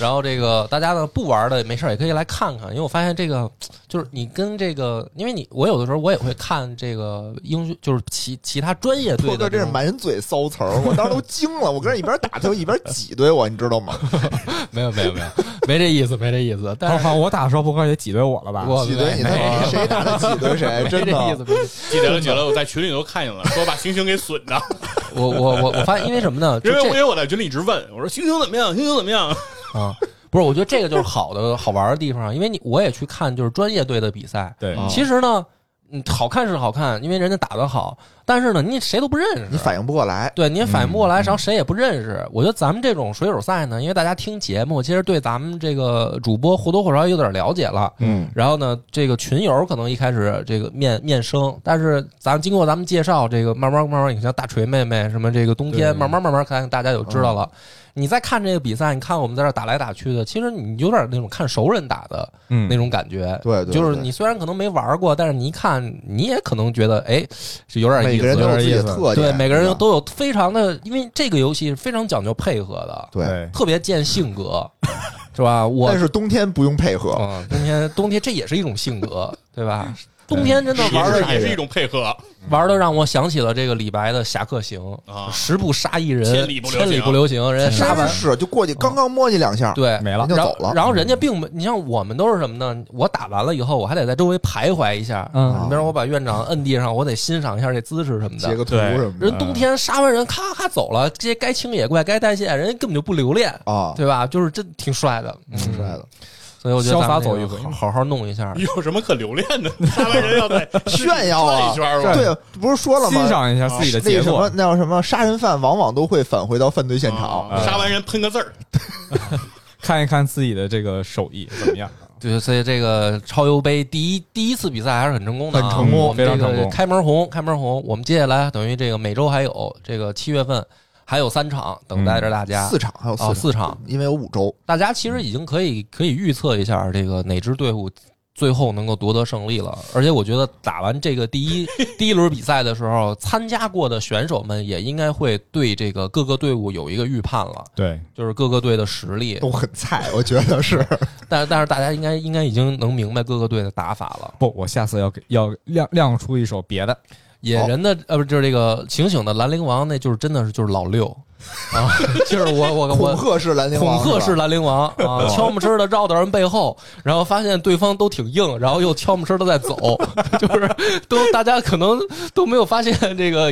[SPEAKER 2] 然后这个大家呢不玩的没事儿也可以来看看，因为我发现这个就是你跟这个，因为你我有的时候我也会看这个英雄，就是其其他专业队
[SPEAKER 3] 波
[SPEAKER 2] 的
[SPEAKER 3] 哥真是
[SPEAKER 2] 种
[SPEAKER 3] 满嘴骚词儿，我当时都惊了，我跟人一边打他一边挤兑我，你知道 吗？
[SPEAKER 2] 没有没有没有没这意思没这意思，但
[SPEAKER 1] 好
[SPEAKER 2] 是
[SPEAKER 1] 好，我打的时候不会也挤兑我了吧？
[SPEAKER 2] 我
[SPEAKER 3] 挤兑你他
[SPEAKER 2] 没
[SPEAKER 3] 妈谁打他挤兑谁，
[SPEAKER 2] 没
[SPEAKER 3] 真
[SPEAKER 2] 哎这意
[SPEAKER 3] 的
[SPEAKER 2] 思。没这意思
[SPEAKER 4] 记得了，记得了，我在群里都看见了，说把星星给损的。
[SPEAKER 2] 我我我我发现，因为什么呢？就
[SPEAKER 4] 因为
[SPEAKER 2] 这
[SPEAKER 4] 因为我在群里一直问我说星星怎么样，星星怎么样，
[SPEAKER 2] 啊，不是，我觉得这个就是好的好玩的地方，因为你我也去看就是专业队的比赛，
[SPEAKER 1] 对
[SPEAKER 3] 啊
[SPEAKER 2] 其实呢，嗯，好看是好看，因为人家打得好，但是呢，你谁都不认识，
[SPEAKER 3] 你反应不过来，
[SPEAKER 2] 对，你也反应不过来，
[SPEAKER 3] 嗯
[SPEAKER 2] 然后谁也不认识。我觉得咱们这种水手赛呢，因为大家听节目，其实对咱们这个主播或多或少有点了解了。
[SPEAKER 3] 嗯，
[SPEAKER 2] 然后呢，这个群友可能一开始这个面面生，但是咱经过咱们介绍，这个慢慢慢慢，你像大锤妹妹什么这个冬天，
[SPEAKER 1] 对
[SPEAKER 2] 慢慢慢慢看大家就知道
[SPEAKER 3] 嗯
[SPEAKER 2] 了。你再看这个比赛，你看我们在这儿打来打去的，其实你有点那种看熟人打的
[SPEAKER 1] 嗯
[SPEAKER 2] 那种感觉。
[SPEAKER 3] 对对
[SPEAKER 2] 就是
[SPEAKER 3] 对
[SPEAKER 2] 你虽然可能没玩过，但是你一看，你也可能觉得哎，是有点意思。
[SPEAKER 3] 每个人都有自己的
[SPEAKER 1] 有点意思
[SPEAKER 3] 特点，
[SPEAKER 2] 对，每个
[SPEAKER 3] 是
[SPEAKER 2] 人
[SPEAKER 3] 吧
[SPEAKER 2] 都有非常的，因为这个游戏是非常讲究配合的，
[SPEAKER 3] 对。
[SPEAKER 2] 特别见性格， 是吧？我
[SPEAKER 3] 但是冬天不用配合，
[SPEAKER 2] 嗯，冬天冬天这也是一种性格，对吧？冬天真的玩
[SPEAKER 4] 也
[SPEAKER 2] 的
[SPEAKER 4] 是也是一种配合
[SPEAKER 2] 玩的让我想起了这个李白的《侠客行》
[SPEAKER 4] 啊
[SPEAKER 2] 十步杀一人，
[SPEAKER 4] 千里不留行
[SPEAKER 2] 千里不留行，人家杀
[SPEAKER 3] 真
[SPEAKER 2] 完
[SPEAKER 3] 是就过去刚刚摸你两下，
[SPEAKER 2] 嗯对
[SPEAKER 1] 没了
[SPEAKER 3] 就
[SPEAKER 2] 然后
[SPEAKER 3] 走了嗯
[SPEAKER 2] 然后人家并没，你像我们都是什么呢？我打完了以后，我还得在周围徘徊一下，
[SPEAKER 1] 嗯
[SPEAKER 2] 比如说我把院长摁地上，我得欣赏一下这姿势什么的，
[SPEAKER 3] 截个图什么的
[SPEAKER 2] 人冬天杀完人，咔咔走了，这些该清野怪、该代谢，人家根本就不留恋，
[SPEAKER 3] 啊，
[SPEAKER 2] 对吧？就是真挺帅的，哦嗯
[SPEAKER 3] 挺帅的，
[SPEAKER 2] 所以我觉得
[SPEAKER 1] 潇洒
[SPEAKER 2] 咱们
[SPEAKER 1] 走一
[SPEAKER 2] 那个
[SPEAKER 1] 回
[SPEAKER 2] 好好好弄一下。
[SPEAKER 4] 有什么可留恋的？杀完人 要在
[SPEAKER 3] 炫耀啊
[SPEAKER 4] 转
[SPEAKER 2] 嗯
[SPEAKER 4] 一圈吧，
[SPEAKER 3] 对，不是说了
[SPEAKER 1] 欣
[SPEAKER 3] 吗？
[SPEAKER 1] 赏一下自己的
[SPEAKER 3] 那
[SPEAKER 1] 杰
[SPEAKER 3] 个什
[SPEAKER 1] 作
[SPEAKER 3] 么，，那叫什么？杀人犯往往都会返回到犯罪现场，
[SPEAKER 2] 哦
[SPEAKER 4] 啊杀完人喷个字儿，
[SPEAKER 1] 看一看自己的这个手艺怎么样。
[SPEAKER 2] 对，所以这个超游杯第一第一次比赛还是很成功的、啊，
[SPEAKER 1] 很成功
[SPEAKER 2] 我们这
[SPEAKER 1] 非常成
[SPEAKER 2] 个
[SPEAKER 1] 功
[SPEAKER 2] 开门红，开门红。我们接下来等于这个每周还有这个七月份还有三场等待着大家，
[SPEAKER 3] 四场还有
[SPEAKER 2] 哦
[SPEAKER 3] 四场，
[SPEAKER 2] 四场，
[SPEAKER 3] 因为有五周，
[SPEAKER 2] 大家其实已经可以可以预测一下这个哪支队伍最后能够夺得胜利了。而且我觉得打完这个 第一第一轮比赛的时候，参加过的选手们也应该会对这个各个队伍有一个预判了，
[SPEAKER 1] 对，
[SPEAKER 2] 就是各个队的实力。
[SPEAKER 3] 都很菜，我觉得是。
[SPEAKER 2] 但但是大家应该应该已经能明白各个队的打法了。
[SPEAKER 1] 不，我下次要给要亮亮出一首别的，
[SPEAKER 2] 野人的呃不是就是这个醒醒的兰陵王，那就是真的是就是老六啊， 就是我 我
[SPEAKER 3] 恐
[SPEAKER 2] 我。
[SPEAKER 3] 吓式兰陵
[SPEAKER 2] 恐
[SPEAKER 3] 王，
[SPEAKER 2] 吓
[SPEAKER 3] 是
[SPEAKER 2] 式
[SPEAKER 3] 吧
[SPEAKER 2] 兰 陵王啊，悄没声的绕到人背后，然后发现对方都挺硬，然后又悄没声的在走， 就是都大家可能都没有发现这个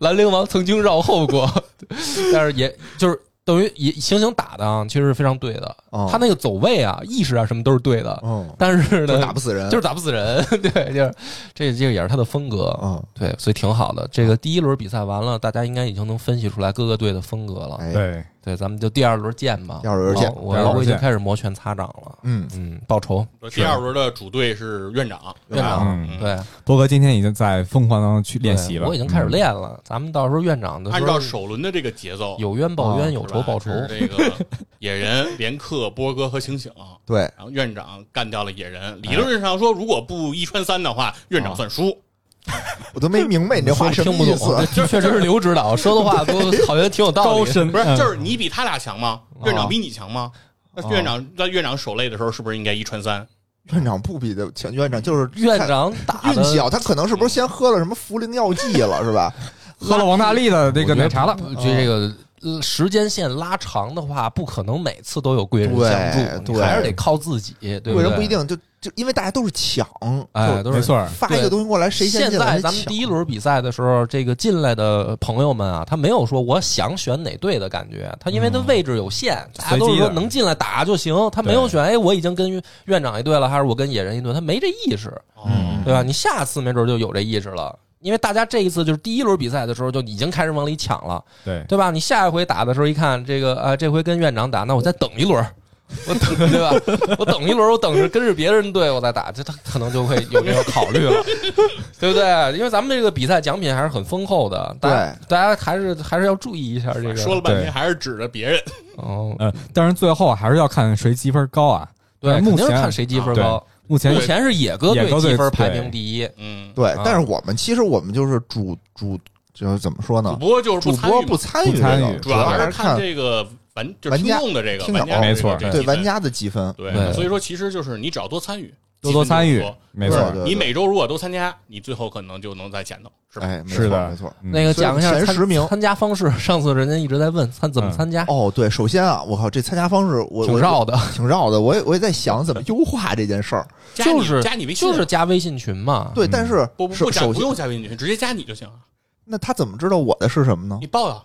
[SPEAKER 2] 兰陵王曾经绕后过， 但是也就是等于也行行打的啊，其实是非常对的
[SPEAKER 3] 哦，
[SPEAKER 2] 他那个走位啊、意识啊什么都是对的，
[SPEAKER 3] 嗯，
[SPEAKER 2] 但是
[SPEAKER 3] 就
[SPEAKER 2] 呢
[SPEAKER 3] 打不死人，
[SPEAKER 2] 就是打不死人， 对，就是这这个也是他的风格
[SPEAKER 3] 嗯，
[SPEAKER 2] 对，所以挺好的。这个第一轮比赛完了，大家应该已经能分析出来各个队的风格了。
[SPEAKER 3] 哎，
[SPEAKER 1] 对，
[SPEAKER 2] 对，咱们就第二轮见吧。
[SPEAKER 3] 第二轮见
[SPEAKER 2] 啊我
[SPEAKER 1] 第二轮见
[SPEAKER 2] 我已经开始摩拳擦掌了。
[SPEAKER 3] 嗯，
[SPEAKER 2] 嗯，报仇，
[SPEAKER 4] 第二轮的主队是院长，
[SPEAKER 2] 院长，
[SPEAKER 1] 嗯，
[SPEAKER 2] 对，
[SPEAKER 1] 波哥今天已经在疯狂当中去练习
[SPEAKER 2] 对
[SPEAKER 1] 了，嗯
[SPEAKER 2] 我已经开始练了。咱们到时候院长的时
[SPEAKER 4] 按
[SPEAKER 2] 候
[SPEAKER 4] 照首轮的这个节奏，
[SPEAKER 2] 有冤报
[SPEAKER 3] 啊
[SPEAKER 2] 冤，有
[SPEAKER 4] 是
[SPEAKER 2] 仇
[SPEAKER 4] 吧
[SPEAKER 2] 报仇。
[SPEAKER 4] 是这个野人、连克、波哥和醒醒，
[SPEAKER 3] 对，
[SPEAKER 4] 然后院长干掉了野人。理论上说，如果不一穿三的话，院长算输。
[SPEAKER 3] 我都没明白你这话什
[SPEAKER 2] 听
[SPEAKER 3] 么
[SPEAKER 2] 不
[SPEAKER 3] 意
[SPEAKER 2] 懂，啊
[SPEAKER 3] 思。
[SPEAKER 2] 这确实是刘指导说的话都好像挺有道
[SPEAKER 1] 高
[SPEAKER 2] 理。
[SPEAKER 1] 深
[SPEAKER 4] 不是，
[SPEAKER 1] 嗯
[SPEAKER 4] 就是你比他俩强吗？院长比你强吗？那院长在院长守擂的时候，是不是应该一穿三？
[SPEAKER 3] 院长不比的前院长就是
[SPEAKER 2] 院长打
[SPEAKER 3] 看运气啊
[SPEAKER 2] 的
[SPEAKER 3] 好，他可能是不是先喝了什么茯苓药剂了，是吧？
[SPEAKER 1] 喝了王大力的这个奶茶了，
[SPEAKER 2] 就这个呃时间线拉长的话，不可能每次都有贵人
[SPEAKER 3] 对
[SPEAKER 2] 相助，你
[SPEAKER 3] 对
[SPEAKER 2] 还是得靠自己，对
[SPEAKER 3] 贵
[SPEAKER 2] 对？
[SPEAKER 3] 人不一定就就因为大家都是抢，
[SPEAKER 2] 哎，
[SPEAKER 3] 就
[SPEAKER 2] 都
[SPEAKER 1] 没
[SPEAKER 2] 是。
[SPEAKER 1] 错儿，
[SPEAKER 3] 发一个东西过来，谁先
[SPEAKER 2] 现
[SPEAKER 3] 进来
[SPEAKER 2] 在
[SPEAKER 3] 谁
[SPEAKER 2] 咱们
[SPEAKER 3] 抢
[SPEAKER 2] 第一轮比赛的时候，这个进来的朋友们啊，他没有说我想选哪队的感觉，他因为他
[SPEAKER 3] 嗯
[SPEAKER 2] 位置有限，大家都
[SPEAKER 1] 随
[SPEAKER 2] 是
[SPEAKER 1] 机
[SPEAKER 2] 说
[SPEAKER 1] 的
[SPEAKER 2] 能进来打就行，他没有选哎我已经跟院长一队了，还是我跟野人一队，他没这意识，
[SPEAKER 4] 哦，
[SPEAKER 3] 嗯
[SPEAKER 2] 对吧？你下次没准就有这意识了，因为大家这一次就是第一轮比赛的时候就已经开始往里抢了，
[SPEAKER 1] 对，
[SPEAKER 2] 对吧？你下一回打的时候一看，这个啊、这回跟院长打，那我再等一轮儿，我等对吧？我等一轮儿，我等着跟着别人队我再打，这他可能就会有这个考虑了，对不对？因为咱们这个比赛奖品还是很丰厚的，大家大家还是还是要注意一下这个。
[SPEAKER 4] 说了半
[SPEAKER 1] 对
[SPEAKER 4] 天还是指着别人。
[SPEAKER 2] 哦，
[SPEAKER 1] 呃，但是最后还是要看谁积分高啊。
[SPEAKER 2] 对，
[SPEAKER 1] 目
[SPEAKER 2] 肯定是看
[SPEAKER 1] 前
[SPEAKER 2] 谁积分
[SPEAKER 1] 对
[SPEAKER 2] 高。
[SPEAKER 1] 目前
[SPEAKER 2] 目前是野哥
[SPEAKER 1] 野哥队
[SPEAKER 2] 积分排
[SPEAKER 1] 对
[SPEAKER 2] 名第一，
[SPEAKER 4] 嗯，
[SPEAKER 3] 对
[SPEAKER 2] 啊，
[SPEAKER 3] 但是我们其实我们就是主主就是怎么说
[SPEAKER 4] 主
[SPEAKER 3] 呢？
[SPEAKER 4] 播就是
[SPEAKER 3] 主
[SPEAKER 4] 参
[SPEAKER 3] 播
[SPEAKER 4] 与嘛
[SPEAKER 3] 不参与
[SPEAKER 1] 不
[SPEAKER 3] 这
[SPEAKER 1] 参
[SPEAKER 3] 个，
[SPEAKER 1] 与
[SPEAKER 4] 主
[SPEAKER 3] 主
[SPEAKER 4] 要
[SPEAKER 3] 要
[SPEAKER 4] 还是看
[SPEAKER 3] 看
[SPEAKER 4] 这个玩，就是
[SPEAKER 3] 玩
[SPEAKER 4] 听
[SPEAKER 3] 家
[SPEAKER 4] 众的这个
[SPEAKER 3] 听
[SPEAKER 4] 玩
[SPEAKER 3] 友
[SPEAKER 4] 家的
[SPEAKER 1] 没
[SPEAKER 4] 这
[SPEAKER 1] 错
[SPEAKER 4] 个这
[SPEAKER 1] 对
[SPEAKER 4] 个
[SPEAKER 3] 对
[SPEAKER 4] 积分
[SPEAKER 3] 玩家的积分，
[SPEAKER 2] 对
[SPEAKER 4] 对，所以说其实就是你只要多参与，
[SPEAKER 1] 多多参
[SPEAKER 4] 积
[SPEAKER 1] 与
[SPEAKER 4] 分就不错，
[SPEAKER 1] 没错儿
[SPEAKER 3] 对，对
[SPEAKER 4] 你每周如果都参加，你最后可能就能在前头，是吧？
[SPEAKER 3] 哎，没
[SPEAKER 1] 是
[SPEAKER 3] 错
[SPEAKER 1] 的
[SPEAKER 3] 没错。
[SPEAKER 1] 嗯
[SPEAKER 2] 那个讲一下
[SPEAKER 3] 所以前
[SPEAKER 2] 参
[SPEAKER 3] 十名
[SPEAKER 2] 参加方式。 上次人家一直在问参怎么
[SPEAKER 1] 嗯
[SPEAKER 2] 参加，
[SPEAKER 3] 哦，对，首先啊，我靠，这参加方式我
[SPEAKER 2] 挺
[SPEAKER 3] 我
[SPEAKER 2] 绕的，
[SPEAKER 3] 挺绕的，我也我也在想怎么优化这件事儿。
[SPEAKER 4] 加 你
[SPEAKER 2] 就是
[SPEAKER 4] 加你微信，啊
[SPEAKER 2] 就是加微信群嘛。
[SPEAKER 3] 对，但是
[SPEAKER 4] 不不
[SPEAKER 3] 首
[SPEAKER 4] 不加
[SPEAKER 3] 首
[SPEAKER 4] 不
[SPEAKER 3] 先
[SPEAKER 4] 用加微信群，直接加你就行了。
[SPEAKER 3] 那他怎么知道我的是什 么呢？
[SPEAKER 4] 你报呀，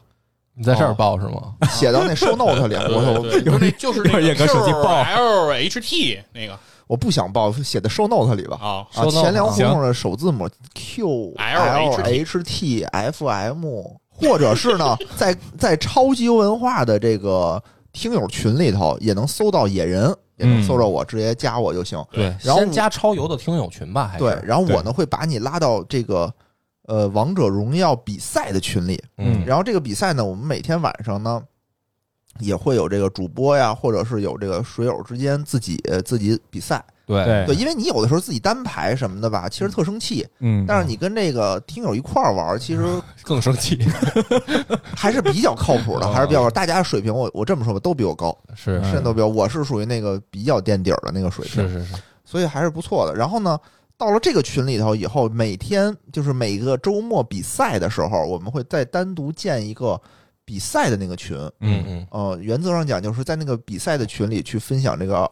[SPEAKER 2] 你在这儿报是吗？
[SPEAKER 3] 写到那 show note 里，我
[SPEAKER 4] 对对
[SPEAKER 3] 我
[SPEAKER 4] 对，那就是那
[SPEAKER 1] 哎有
[SPEAKER 4] 个
[SPEAKER 1] 人
[SPEAKER 4] Q
[SPEAKER 1] 搁手机报啊
[SPEAKER 4] L H T 那个
[SPEAKER 3] 我不想报，写的 show note 里吧。
[SPEAKER 4] 啊，
[SPEAKER 3] 啊，
[SPEAKER 2] show note
[SPEAKER 3] 前梁
[SPEAKER 2] 啊
[SPEAKER 3] 胡同的首字母 Q
[SPEAKER 4] L
[SPEAKER 3] H T F M，或者是 呢，在在超级文化的这个听友群里头，也能搜到野人，也能搜到我，直接加我就行。
[SPEAKER 4] 对
[SPEAKER 3] 然后
[SPEAKER 2] 先加超游的听友群吧，还是
[SPEAKER 3] 对，然后我
[SPEAKER 1] 对
[SPEAKER 3] 呢会把你拉到这个呃王者荣耀比赛的群里，
[SPEAKER 1] 嗯
[SPEAKER 3] 然后这个比赛呢，我们每天晚上呢也会有这个主播呀，或者是有这个水友之间自己呃自己比赛。
[SPEAKER 2] 对
[SPEAKER 1] 对
[SPEAKER 3] 对，因为你有的时候自己单排什么的吧，其实特生气，
[SPEAKER 1] 嗯，
[SPEAKER 3] 但是你跟这个听友一块儿玩儿，其实
[SPEAKER 2] 更生气
[SPEAKER 3] 还是比较靠 谱的，
[SPEAKER 2] 哦
[SPEAKER 3] 还是比较靠谱大家水平我，我这么说吧，都比我高，
[SPEAKER 2] 是
[SPEAKER 1] 嗯
[SPEAKER 3] 甚至都比我，我是属于那个比较垫底儿的那个水平。
[SPEAKER 2] 是是是，
[SPEAKER 3] 所以还嗯是不错的。然后呢，到了这个群里头以后，每天就是每个周末比赛的时候，我们会再单独建一个比赛的那个群。
[SPEAKER 2] 嗯
[SPEAKER 1] 嗯
[SPEAKER 2] 嗯，
[SPEAKER 3] 呃，原则上讲，就是在那个比赛的群里去分享这个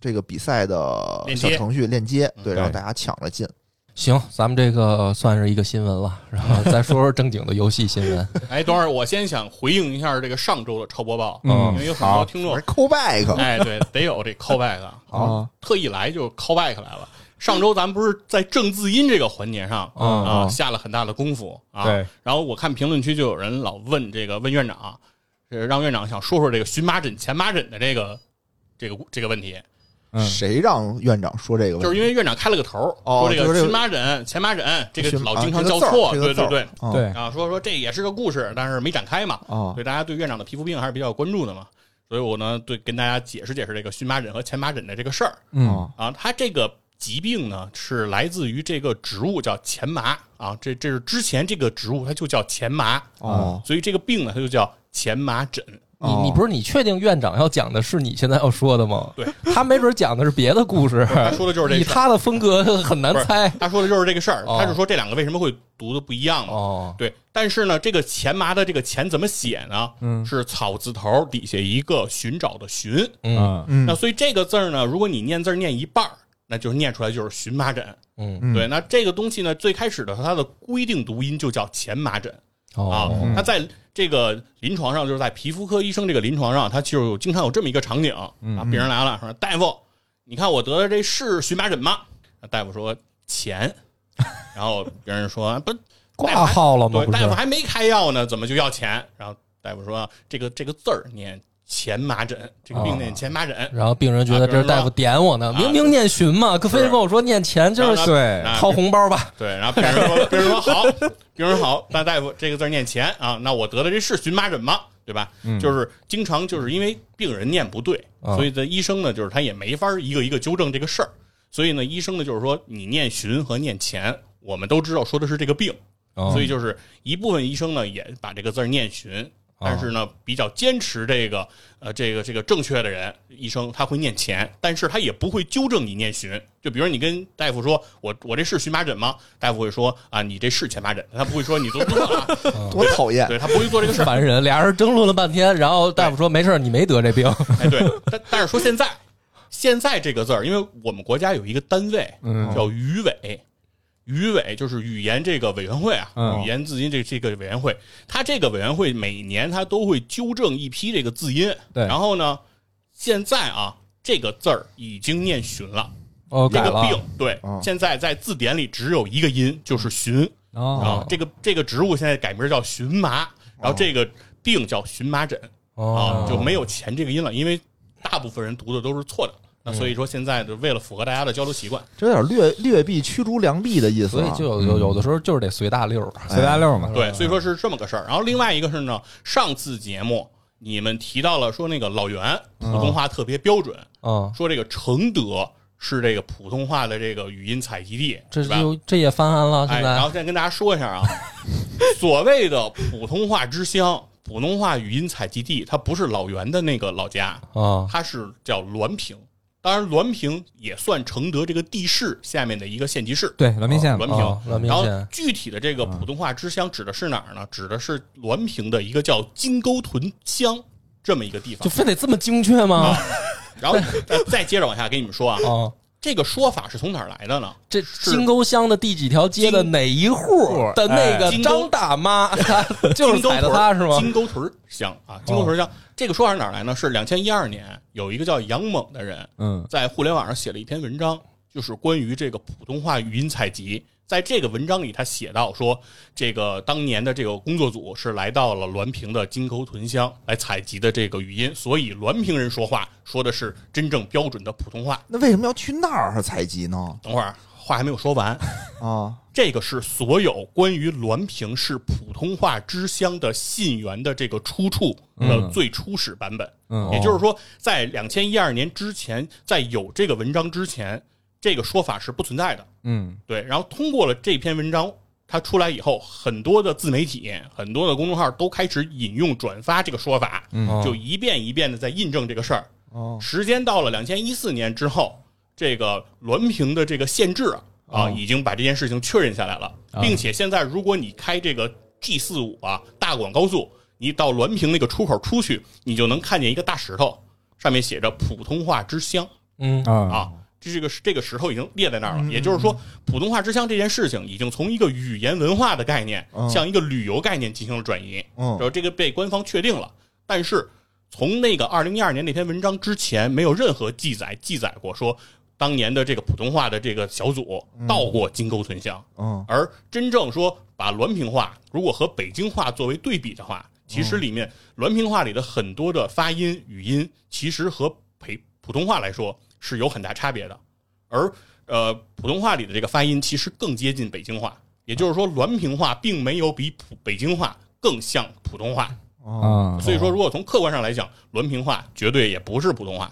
[SPEAKER 3] 这个比赛的
[SPEAKER 4] 链
[SPEAKER 3] 小
[SPEAKER 4] 接
[SPEAKER 3] 程序链接，对，
[SPEAKER 1] 嗯对
[SPEAKER 3] 然后大家抢着进。
[SPEAKER 2] 行，咱们这个算是一个新闻了，然后再说说正经的游戏新闻。
[SPEAKER 4] 哎，等会儿我先想回应一下这个上周的超播报，
[SPEAKER 1] 嗯
[SPEAKER 4] 因为有很
[SPEAKER 1] 好
[SPEAKER 4] 多听
[SPEAKER 3] 我
[SPEAKER 4] 众
[SPEAKER 3] 是 callback，
[SPEAKER 4] 哎，对，得有这 callback，啊
[SPEAKER 2] 哦
[SPEAKER 1] 啊，
[SPEAKER 4] 特意来就 callback 来了。上周咱们不是在正字音这个环节上
[SPEAKER 1] 嗯
[SPEAKER 2] 哦
[SPEAKER 4] 啊
[SPEAKER 1] 嗯
[SPEAKER 4] 下了很大的功夫啊，
[SPEAKER 1] 对，
[SPEAKER 4] 然后我看评论区就有人老问这个问院长，是让院长想说说这个荨麻疹前麻疹的这个这个这个问题，
[SPEAKER 1] 嗯
[SPEAKER 3] 谁让院长说这个问题？
[SPEAKER 4] 就是因为院长开了个头儿，
[SPEAKER 3] 哦
[SPEAKER 4] 说这
[SPEAKER 3] 就是这
[SPEAKER 4] 个
[SPEAKER 3] 个
[SPEAKER 4] 荨麻疹前麻疹这个
[SPEAKER 3] 群
[SPEAKER 4] 老
[SPEAKER 3] 啊
[SPEAKER 4] 经常
[SPEAKER 3] 这个
[SPEAKER 4] 叫
[SPEAKER 3] 字儿
[SPEAKER 4] 错，
[SPEAKER 3] 这个
[SPEAKER 4] 对
[SPEAKER 3] 字
[SPEAKER 4] 对
[SPEAKER 3] 儿
[SPEAKER 4] 对。
[SPEAKER 3] 啊
[SPEAKER 2] 哦
[SPEAKER 1] 对，
[SPEAKER 4] 啊，说说这也是个故事，但是没展开嘛，
[SPEAKER 3] 啊
[SPEAKER 4] 所以大家对院长的皮肤病还是比较关注的嘛。所以我呢，对跟大家解释解释这个荨麻疹和前麻疹的这个事儿
[SPEAKER 1] 嗯
[SPEAKER 2] 哦
[SPEAKER 3] 啊
[SPEAKER 4] 啊。它这个疾病呢，是来自于这个植物叫前麻啊，这这是之前这个植物它就叫前麻，啊
[SPEAKER 3] 哦
[SPEAKER 4] 所以这个病呢，它就叫前麻疹。
[SPEAKER 2] 你你不是你确定院长要讲的是你现在要说的吗？
[SPEAKER 4] 对，
[SPEAKER 2] 他没准讲的是别的故事，
[SPEAKER 4] 他说的就是这
[SPEAKER 2] 以
[SPEAKER 4] 事儿
[SPEAKER 2] 他的风格很难
[SPEAKER 4] 不是
[SPEAKER 2] 猜。
[SPEAKER 4] 他说的就是这个事儿，
[SPEAKER 2] 哦
[SPEAKER 4] 他是说这两个为什么会读的不一样嘛？
[SPEAKER 2] 哦，
[SPEAKER 4] 对，但是呢，这个前麻的这个前怎么写呢？
[SPEAKER 1] 嗯
[SPEAKER 4] 是草字头底下一个寻找的寻，
[SPEAKER 2] 嗯
[SPEAKER 3] 嗯
[SPEAKER 4] 那所以这个字儿呢，如果你念字儿念一半儿，那就是念出来就是荨麻疹。
[SPEAKER 2] 嗯
[SPEAKER 3] 嗯
[SPEAKER 4] 对，那这个东西呢，最开始的时候它的规定读音就叫前麻疹啊
[SPEAKER 2] 哦，。
[SPEAKER 4] 它在这个临床上，就是在皮肤科医生这个临床上，它就有经常有这么一个场景啊，
[SPEAKER 2] 嗯
[SPEAKER 4] 病人来了说：“大夫，你看我得的这是荨麻疹吗？”那大夫说：“钱。”然后别人说：“不，
[SPEAKER 2] 挂号了吗？
[SPEAKER 4] 对，
[SPEAKER 2] 不
[SPEAKER 4] 大
[SPEAKER 2] 是
[SPEAKER 4] 夫，还没开药呢，怎么就要钱？”然后大夫说：“这个这个字儿念前麻疹，这个
[SPEAKER 2] 啊
[SPEAKER 4] 病念前麻疹。
[SPEAKER 2] 然后病人觉得这是大夫点我呢，
[SPEAKER 4] 啊
[SPEAKER 2] 明明念寻嘛，可非
[SPEAKER 4] 是
[SPEAKER 2] 跟我说念钱，就
[SPEAKER 4] 然后
[SPEAKER 2] 是
[SPEAKER 4] 呢
[SPEAKER 1] 对
[SPEAKER 4] 啊
[SPEAKER 2] 掏红包吧。
[SPEAKER 4] 对，然后病人说，病人说好，病人说好，那大夫这个字儿念钱啊，那我得的这是荨麻疹吗？对吧？就是经常就是因为病人念不对，
[SPEAKER 2] 啊
[SPEAKER 4] 所以的医生呢，就是他也没法儿一个一个纠正这个事儿，所以呢，医生呢就是说你念荨和念钱，我们都知道说的是这个病，
[SPEAKER 1] 嗯哦
[SPEAKER 4] 所以就是一部分医生呢也把这个字儿念荨。但是呢，比较坚持这个呃这个这个正确的人，医生他会念钱，但是他也不会纠正你念荨。就比如你跟大夫说我我这是荨麻疹吗？大夫会说啊你这是前麻疹，他不会说你做错了啊，
[SPEAKER 3] 多讨厌！
[SPEAKER 4] 对他不会做这个事儿。
[SPEAKER 2] 烦人，俩人争论了半天，然后大夫说没事儿，你没得这病。
[SPEAKER 4] 哎，对，但但是说现在现在这个字儿，因为我们国家有一个单位
[SPEAKER 1] 嗯
[SPEAKER 4] 叫语委，语委就是语言这个委员会啊，
[SPEAKER 1] 嗯
[SPEAKER 4] 语言字音这这个委员会，它这个委员会每年它都会纠正一批这个字音，
[SPEAKER 1] 对
[SPEAKER 4] 然后呢，现在啊这个字儿已经念寻了，
[SPEAKER 2] 哦，
[SPEAKER 4] 这
[SPEAKER 2] 改
[SPEAKER 4] 个
[SPEAKER 2] 了，
[SPEAKER 4] 病对
[SPEAKER 3] 嗯，
[SPEAKER 4] 现在在字典里只有一个音，就是寻
[SPEAKER 1] 啊
[SPEAKER 2] 哦
[SPEAKER 4] 啊，这个这个植物现在改名叫荨麻，然后这个病叫荨麻疹。啊
[SPEAKER 2] 哦，，
[SPEAKER 4] 就没有钱这个音了，因为大部分人读的都是错的。那所以说，现在就为了符合大家的交流习惯，
[SPEAKER 3] 这有点劣劣币驱逐良币的意思
[SPEAKER 2] 所
[SPEAKER 3] 啊。
[SPEAKER 2] 以就有有有的时候就是得随大溜儿。啊
[SPEAKER 1] 随大溜嘛，
[SPEAKER 4] 对，所以说是这么个事儿。然后另外一个是呢，上次节目你们提到了说那个老袁普通话特别标准，
[SPEAKER 2] 嗯，
[SPEAKER 4] 说这个承德是这个普通话的这个语音采集地，
[SPEAKER 2] 这
[SPEAKER 4] 是吧？
[SPEAKER 2] 就这也翻案了，
[SPEAKER 4] 哎，
[SPEAKER 2] 现
[SPEAKER 4] 然后
[SPEAKER 2] 在
[SPEAKER 4] 再跟大家说一下啊，所谓的普通话之乡、普通话语音采集地，它不是老袁的那个老家，
[SPEAKER 2] 啊，
[SPEAKER 4] 它是叫滦平，当然滦平也算承德这个地市下面的一个县级市。啊
[SPEAKER 1] 对，滦平县
[SPEAKER 4] 滦
[SPEAKER 1] 嘛，
[SPEAKER 4] 平
[SPEAKER 2] 哦滦平
[SPEAKER 4] 然后
[SPEAKER 2] 县嗯
[SPEAKER 4] 具体的这个普通话之乡指的是哪儿呢？指的是滦平的一个叫金沟屯乡这么一个地
[SPEAKER 2] 就
[SPEAKER 4] 方。
[SPEAKER 2] 非得这么精确吗？
[SPEAKER 4] 然后再再接着往下跟你们说啊，
[SPEAKER 2] 啊，
[SPEAKER 4] 这个说法是从哪儿来的呢？
[SPEAKER 2] 这金沟乡的第几条街的哪一户的那个张大妈，就是
[SPEAKER 4] 金沟
[SPEAKER 2] 踩
[SPEAKER 4] 屯
[SPEAKER 2] 的
[SPEAKER 4] 儿
[SPEAKER 2] 她是吗？哦
[SPEAKER 4] 金沟屯儿乡啊，金沟屯儿乡、这个说法是哪儿来呢？是两千一二年有一个叫杨猛的人
[SPEAKER 1] 嗯
[SPEAKER 4] 在互联网上写了一篇文章，就是关于这个普通话语音采集。在这个文章里，他写到说，这个当年的这个工作组是来到了滦平的金沟屯乡来采集的这个语音，所以滦平人说话说的是真正标准的普通话。
[SPEAKER 3] 那为什么要去那儿采集呢？
[SPEAKER 4] 等会儿话还没有说完，
[SPEAKER 3] 啊，
[SPEAKER 4] 这个是所有关于滦平市普通话之乡的信源的这个出处的最初始版本。
[SPEAKER 1] 嗯
[SPEAKER 4] 也就是说，在两千一二年之前，在有这个文章之前，这个说法是不存在的。
[SPEAKER 1] 嗯
[SPEAKER 4] 对，然后通过了这篇文章，它出来以后，很多的自媒体、很多的公众号都开始引用转发这个说法，
[SPEAKER 1] 嗯
[SPEAKER 4] 就一遍一遍的在印证这个事儿。
[SPEAKER 3] 哦，
[SPEAKER 4] 时间到了两千一四年之后，这个滦平的这个县志啊，已经把这件事情确认下来了，并且现在如果你开这个 G 四五啊大广高速，你到滦平那个出口出去，你就能看见一个大石头，上面写着“普通话之乡”
[SPEAKER 2] 嗯，
[SPEAKER 1] 啊
[SPEAKER 4] 啊。这个这个石头已经列在那儿
[SPEAKER 3] 嗯
[SPEAKER 4] 了，也就是说，普通话之乡这件事情已经从一个语言文化的概念
[SPEAKER 3] 嗯
[SPEAKER 4] 向一个旅游概念进行了转移。
[SPEAKER 3] 嗯
[SPEAKER 4] 然后这个被官方确定了，但是从那个二零一二年那篇文章之前，没有任何记载记载过说当年的这个普通话的这个小组到过金沟屯乡，
[SPEAKER 3] 嗯
[SPEAKER 4] 而真正说把滦平话如果和北京话作为对比的话，其实里面滦平话里的很多的发音语音，其实和北普通话来说是有很大差别的，而呃普通话里的这个发音其实更接近北京话，也就是说滦平话并没有比普北京话更像普通话，
[SPEAKER 1] 啊
[SPEAKER 2] 哦
[SPEAKER 4] 所以说如果从客观上来讲，滦平话绝对也不是普通话，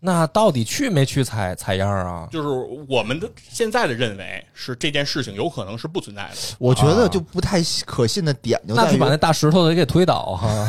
[SPEAKER 2] 那到底去没去采采样啊？
[SPEAKER 4] 就是我们的现在的认为是这件事情有可能是不存在的。
[SPEAKER 3] 我觉得就不太可信的点就
[SPEAKER 2] 那
[SPEAKER 3] 在
[SPEAKER 2] 就
[SPEAKER 3] 于
[SPEAKER 2] 把那大石头的给推倒哈、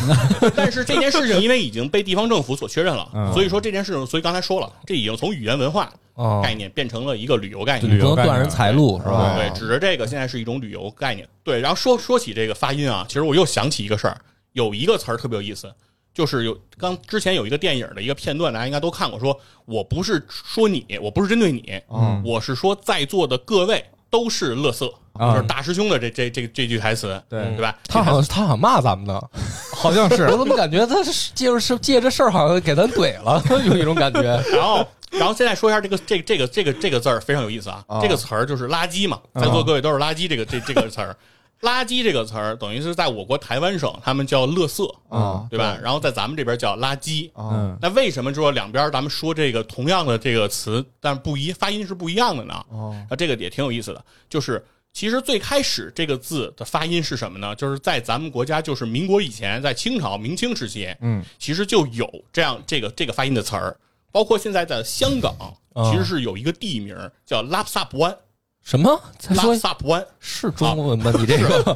[SPEAKER 4] 但是这件事 情因为已经被地方政府所确认了，
[SPEAKER 1] 嗯
[SPEAKER 4] 所以说这件事情，所以刚才说了，这已经从语言文化
[SPEAKER 2] 哦
[SPEAKER 4] 概念变成了一个旅游概
[SPEAKER 2] 就
[SPEAKER 4] 念。
[SPEAKER 1] 旅游
[SPEAKER 2] 不能断人财路是吧？
[SPEAKER 3] 哦
[SPEAKER 4] 对，指着这个现在是一种旅游概念。对，然后说说起这个发音啊，其实我又想起一个事儿，有一个词儿特别有意思，就是有刚之前有一个电影的一个片段，大家应该都看过，说我不是说你，我不是针对你，
[SPEAKER 1] 嗯
[SPEAKER 4] 我是说在座的各位都是乐色，
[SPEAKER 1] 啊
[SPEAKER 4] 就是大师兄的这这这这句台词，
[SPEAKER 1] 对
[SPEAKER 4] 对吧？
[SPEAKER 2] 他好像他好像骂咱们呢，
[SPEAKER 1] 好像是
[SPEAKER 2] 我怎么感觉他是借着是借着事儿好像给咱怼了， 有一种感觉。
[SPEAKER 4] 然后，然后现在说一下这个这这个这个这个字儿非常有意思啊，
[SPEAKER 3] 啊
[SPEAKER 4] 这个词儿就是垃圾嘛，在座各位都是垃圾这个这这个词儿，垃圾这个词儿等于是在我国台湾省他们叫乐色，
[SPEAKER 3] 啊
[SPEAKER 4] 对吧？然后在咱们这边叫垃圾。
[SPEAKER 3] 啊
[SPEAKER 1] 嗯
[SPEAKER 4] 那为什么就说两边咱们说这个同样的这个词，但不一发音是不一样的呢？
[SPEAKER 3] 啊
[SPEAKER 4] 啊，这个也挺有意思的，就是其实最开始这个字的发音是什么呢？就是在咱们国家，就是民国以前，在清朝、明清时期，
[SPEAKER 1] 嗯，
[SPEAKER 4] 其实就有这样这个这个发音的词儿，包括现在的香港，
[SPEAKER 2] 啊
[SPEAKER 4] 其实是有一个地名叫拉萨布湾，
[SPEAKER 2] 什么？再
[SPEAKER 4] 拉
[SPEAKER 2] 说
[SPEAKER 4] 萨布湾，
[SPEAKER 2] 是中文吗？你这 个，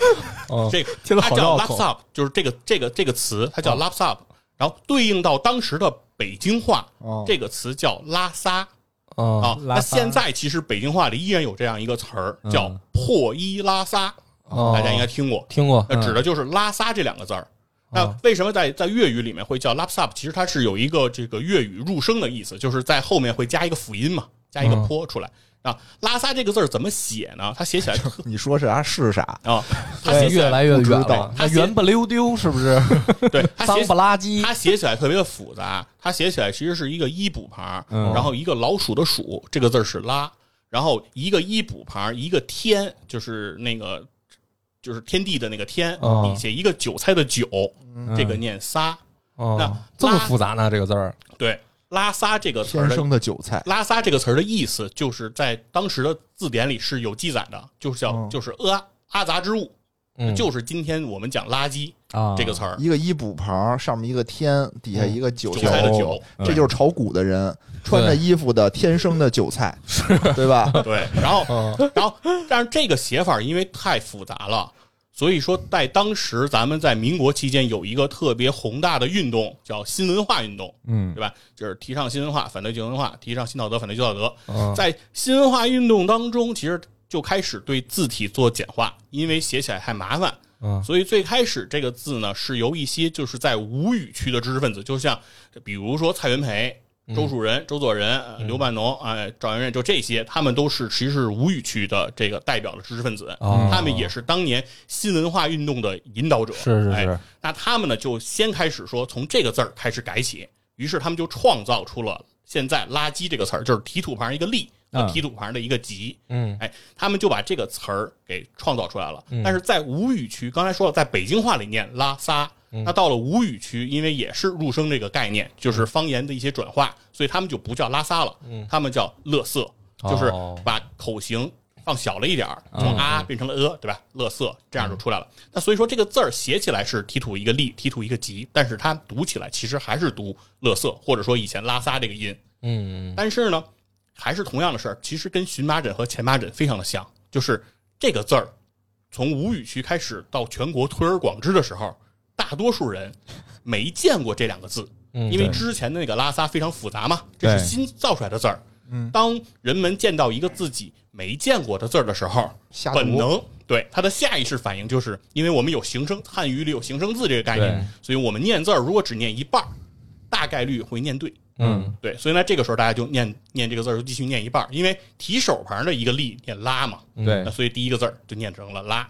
[SPEAKER 2] 嗯，
[SPEAKER 4] 这个
[SPEAKER 2] 听得
[SPEAKER 4] 它
[SPEAKER 2] 好
[SPEAKER 4] 叫
[SPEAKER 2] 绕
[SPEAKER 4] 拉
[SPEAKER 2] 口哦
[SPEAKER 4] 萨，就是这个这个这个词，它叫拉萨，然后对应到当时的北京话，
[SPEAKER 3] 哦
[SPEAKER 4] 这个词叫拉萨。
[SPEAKER 2] 啊
[SPEAKER 4] 啊，那
[SPEAKER 1] 拉萨
[SPEAKER 4] 现在其实北京话里依然有这样一个词儿
[SPEAKER 1] 嗯
[SPEAKER 4] 叫破衣拉撒，
[SPEAKER 2] 哦
[SPEAKER 4] 大家应该听过，
[SPEAKER 2] 听过
[SPEAKER 4] 那指的就是拉撒这两个字儿。那
[SPEAKER 2] 哦
[SPEAKER 4] 为什么在在粤语里面会叫 lap sap？其实它是有一个这个粤语入声的意思，就是在后面会加一个辅音嘛，加一个
[SPEAKER 2] 嗯
[SPEAKER 4] 坡出来。啊，拉撒这个字儿怎么写呢？它写起 来特
[SPEAKER 3] 你说啥是啥？
[SPEAKER 4] 啊，它
[SPEAKER 2] 对
[SPEAKER 4] 写起
[SPEAKER 2] 哎越来越
[SPEAKER 3] 不知
[SPEAKER 2] 远
[SPEAKER 3] 道
[SPEAKER 2] 了，
[SPEAKER 4] 他
[SPEAKER 2] 那
[SPEAKER 4] 写
[SPEAKER 2] 圆不溜丢是不是？
[SPEAKER 4] 对，它
[SPEAKER 2] 脏
[SPEAKER 4] 写
[SPEAKER 2] 不拉几
[SPEAKER 4] 它写起来特别的复杂，它写起来其实是一个一补旁，
[SPEAKER 1] 嗯
[SPEAKER 4] 然后一个老鼠的鼠，这个字儿是拉，然后一个一补旁，一个天，就是那个就是天地的那个天，
[SPEAKER 2] 哦
[SPEAKER 4] 底下一个韭菜的韭，这个念撒，那
[SPEAKER 2] 哦，这么
[SPEAKER 4] 拉
[SPEAKER 2] 复杂呢？这个字儿，
[SPEAKER 4] 对，拉撒这个词儿
[SPEAKER 3] 天
[SPEAKER 4] 的
[SPEAKER 3] 生的韭菜
[SPEAKER 4] 拉撒这个词儿的意思，就是在当时的字典里是有记载的，就是叫、
[SPEAKER 3] 嗯
[SPEAKER 4] 就是阿阿杂之物，
[SPEAKER 2] 嗯，
[SPEAKER 4] 就是今天我们讲垃圾、
[SPEAKER 1] 啊
[SPEAKER 4] 这个词儿，
[SPEAKER 3] 一个一补旁，上面一个天，底下一个韭哦
[SPEAKER 4] 韭菜的韭，
[SPEAKER 3] 这就是炒股的人穿着衣服的天生的韭菜，对吧？
[SPEAKER 4] 对，然后。
[SPEAKER 2] 嗯
[SPEAKER 4] 然后，但是这个写法因为太复杂了，所以说在当时咱们在民国期间有一个特别宏大的运动，叫新文化运动，
[SPEAKER 1] 嗯
[SPEAKER 4] 对吧？就是提倡新文化，反对旧文化；提倡新道德，反对旧道德。
[SPEAKER 2] 嗯
[SPEAKER 4] 在新文化运动当中，其实就开始对字体做简化，因为写起来太麻烦。
[SPEAKER 2] 嗯
[SPEAKER 4] 所以最开始这个字呢，是由一些就是在吴语区的知识分子，就像比如说蔡元培。
[SPEAKER 2] 嗯
[SPEAKER 4] 周树人、周作人、呃刘半农、哎、赵元任，就这些，他们都是其实是吴语区的这个代表的知识分子，
[SPEAKER 2] 哦
[SPEAKER 4] 他们也是当年新文化运动的引导者。
[SPEAKER 2] 是是是
[SPEAKER 4] 哎，那他们呢就先开始说从这个字儿开始改起，于是他们就创造出了现在“垃圾”这个词儿，就是提土旁一个“立”和
[SPEAKER 1] 嗯
[SPEAKER 4] 提土旁的一个“吉”。
[SPEAKER 2] 嗯
[SPEAKER 4] 哎，他们就把这个词儿给创造出来了。但是在吴语区，刚才说了，在北京话里念拉撒，
[SPEAKER 2] 嗯
[SPEAKER 4] 那到了吴语区，因为也是入声这个概念，就是方言的一些转化，所以他们就不叫拉撒了，他们叫乐色，就是
[SPEAKER 2] 嗯哦嗯
[SPEAKER 4] 把口型放小了一点儿，从啊变成了呃，对吧？乐色这样就出来了。那所以说这个字儿写起来是提土一个立，提土一个吉，但是它读起来其实还是读乐色，或者说以前拉撒这个音。
[SPEAKER 2] 嗯
[SPEAKER 4] 但是呢，还是同样的事儿，其实跟荨麻疹和前麻疹非常的像，就是这个字儿从吴语区开始到全国推而广之的时候，大多数人没见过这两个字，
[SPEAKER 2] 嗯
[SPEAKER 4] 因为
[SPEAKER 1] 对
[SPEAKER 4] 之前的那个拉萨非常复杂嘛，这
[SPEAKER 1] 对
[SPEAKER 4] 是新造出来的字儿。
[SPEAKER 3] 嗯
[SPEAKER 4] 当人们见到一个自己没见过的字儿的时候，
[SPEAKER 3] 瞎
[SPEAKER 4] 本
[SPEAKER 3] 读
[SPEAKER 4] 能对他的下意识反应就是，因为我们有形声，汉语里有形声字这个概念，所以我们念字儿如果只念一半儿，大概率会念对。
[SPEAKER 2] 嗯
[SPEAKER 4] 对，所以呢，这个时候大家就念念这个字儿，就继续念一半儿，因为提手旁的一个力念拉嘛，
[SPEAKER 3] 嗯
[SPEAKER 2] 嗯
[SPEAKER 1] 对
[SPEAKER 4] 那所以第一个字儿就念成了拉，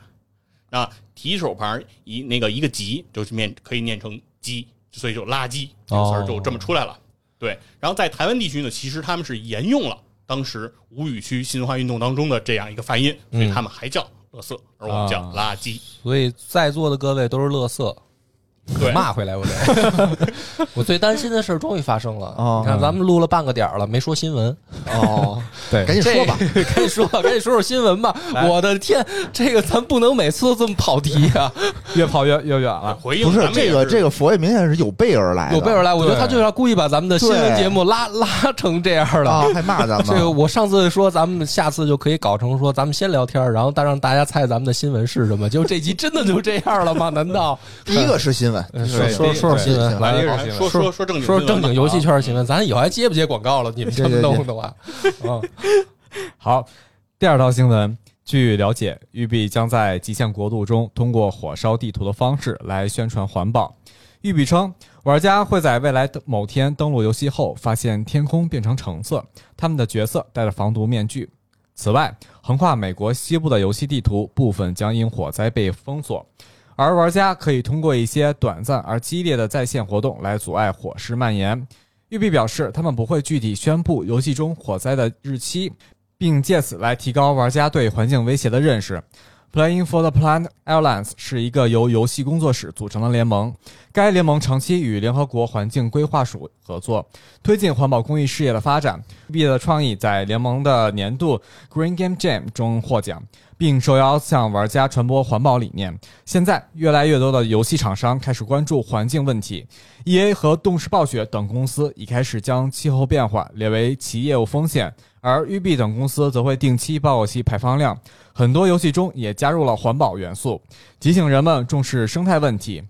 [SPEAKER 4] 啊，提手旁一那个一个吉，就是念可以念成鸡，所以就垃圾这个词儿就这么出来了。对，然后在台湾地区呢，其实他们是沿用了当时吴语区新文化运动当中的这样一个发音，所以他们还叫“垃圾”，而我们叫“垃圾
[SPEAKER 2] 所以在座的各位都是乐色，”。
[SPEAKER 4] 对，
[SPEAKER 2] 骂回来我得。我最担心的事儿终于发生了，
[SPEAKER 3] 哦
[SPEAKER 2] 你看咱们录了半个点儿了，没说新闻，
[SPEAKER 3] 哦，
[SPEAKER 1] 对
[SPEAKER 3] 赶紧说 吧，
[SPEAKER 2] 这，赶紧说吧，赶紧说说新闻吧。我的天，这个咱不能每次都这么跑题 啊！
[SPEAKER 1] 越跑越越远了。
[SPEAKER 4] 回应
[SPEAKER 3] 不是
[SPEAKER 4] 咱们也
[SPEAKER 3] 这
[SPEAKER 4] 是
[SPEAKER 3] 个这个佛爷明显是有备而来的，
[SPEAKER 2] 有备而来，我觉得
[SPEAKER 1] 对
[SPEAKER 2] 他就是要故意把咱们的新闻
[SPEAKER 3] 对
[SPEAKER 2] 节目拉拉成这样
[SPEAKER 3] 啊
[SPEAKER 2] 了。，
[SPEAKER 3] 还骂咱
[SPEAKER 2] 这个
[SPEAKER 3] 们，
[SPEAKER 2] 我上次说，咱们下次就可以搞成说，咱们先聊天儿，然后再让大家猜咱们的新闻是什么。结果这集真的就这样了吗？难道
[SPEAKER 3] 第一个是新闻，
[SPEAKER 1] 对
[SPEAKER 2] 呃说说
[SPEAKER 1] 第一
[SPEAKER 2] 说说新闻
[SPEAKER 3] 行
[SPEAKER 1] 来一
[SPEAKER 4] 哎
[SPEAKER 1] 个新
[SPEAKER 4] 说
[SPEAKER 1] 闻，
[SPEAKER 4] 说说正经
[SPEAKER 2] 说
[SPEAKER 4] 新闻
[SPEAKER 2] 正
[SPEAKER 4] 吧
[SPEAKER 2] 经游戏圈儿新闻？咱以后还接不接广告了？你们这么
[SPEAKER 3] 对对对
[SPEAKER 2] 弄的话，啊，
[SPEAKER 1] 好，第二条新闻。据了解，育碧将在《极限国度》中通过火烧地图的方式来宣传环保。育碧称，玩家会在未来的某天登录游戏后，发现天空变成橙色，他们的角色戴着防毒面具。此外，横跨美国西部的游戏地图部分将因火灾被封锁，而玩家可以通过一些短暂而激烈的在线活动来阻碍火势蔓延。育碧表示，他们不会具体宣布游戏中火灾的日期，并借此来提高玩家对环境威胁的认识。Playing for the Planet Alliance 是一个由游戏工作室组成的联盟，该联盟长期与联合国环境规划署合作，推进环保公益事业的发展。毕业的创意在联盟的年度 Green Game Jam 中获奖，并受邀向玩家传播环保理念。现在，越来越多的游戏厂商开始关注环境问题，EA 和动视暴雪等公司已开始将气候变化列为其业务风险，而育碧等公司则会定期报告其排放量。很多游戏中也加入了环保元素，提醒人们重视生态问题。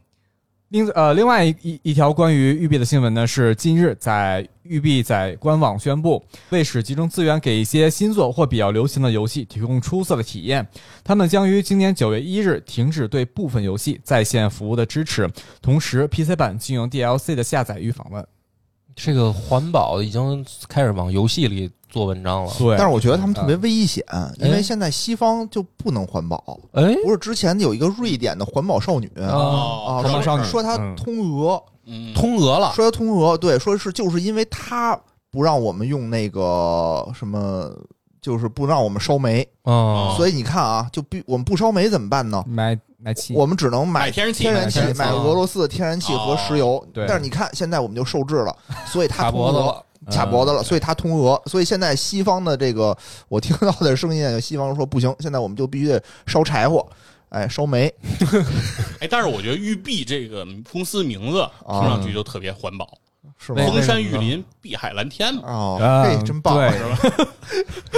[SPEAKER 1] 另呃，另外一一一条关于育碧的新闻呢，是近日在育碧在官网宣布，为使集中资源给一些新作或比较流行的游戏提供出色的体验，他们将于今年九月一日停止对部分游戏在线服务的支持，同时 PC 版禁用 DLC 的下载与访问。
[SPEAKER 2] 这个环保已经开始往游戏里做文章了。
[SPEAKER 1] 对嗯
[SPEAKER 3] 但是我觉得他们特别危险，因为现在西方就不能环保，
[SPEAKER 2] 哎，
[SPEAKER 3] 不是之前有一个瑞典的环保少女
[SPEAKER 2] 啊
[SPEAKER 4] 哦，
[SPEAKER 1] 环保少女
[SPEAKER 3] 说她
[SPEAKER 1] 嗯
[SPEAKER 3] 通俄，
[SPEAKER 4] 嗯，
[SPEAKER 2] 通俄了，
[SPEAKER 3] 说她通俄，对，说是就是因为她不让我们用那个什么。就是不让我们烧煤，
[SPEAKER 2] 嗯，
[SPEAKER 3] 所以你看啊，就必我们不烧煤怎么办呢？
[SPEAKER 1] 买买气，
[SPEAKER 3] 我们只能买
[SPEAKER 4] 买天然气
[SPEAKER 3] 天然气
[SPEAKER 1] 买天然气
[SPEAKER 3] 买俄罗斯的天然气和石油。
[SPEAKER 1] 对
[SPEAKER 3] 但是你看，现在我们就受制了，所以它
[SPEAKER 2] 卡
[SPEAKER 3] 通
[SPEAKER 2] 脖子
[SPEAKER 3] 俄，
[SPEAKER 2] 了。
[SPEAKER 3] 卡脖子了，所以它通俄。所以现在西方的这个，我听到的声音啊，有西方说不行，现在我们就必须得烧柴火，哎，烧煤。
[SPEAKER 4] 哎，但是我觉得育碧这个公司名字听上去就特别环保，
[SPEAKER 3] 是吗
[SPEAKER 1] 为？
[SPEAKER 4] 风山玉林，碧海蓝天嘛。
[SPEAKER 3] 哦，
[SPEAKER 1] 啊
[SPEAKER 3] 嘿，真棒！
[SPEAKER 1] 对
[SPEAKER 4] 是吧？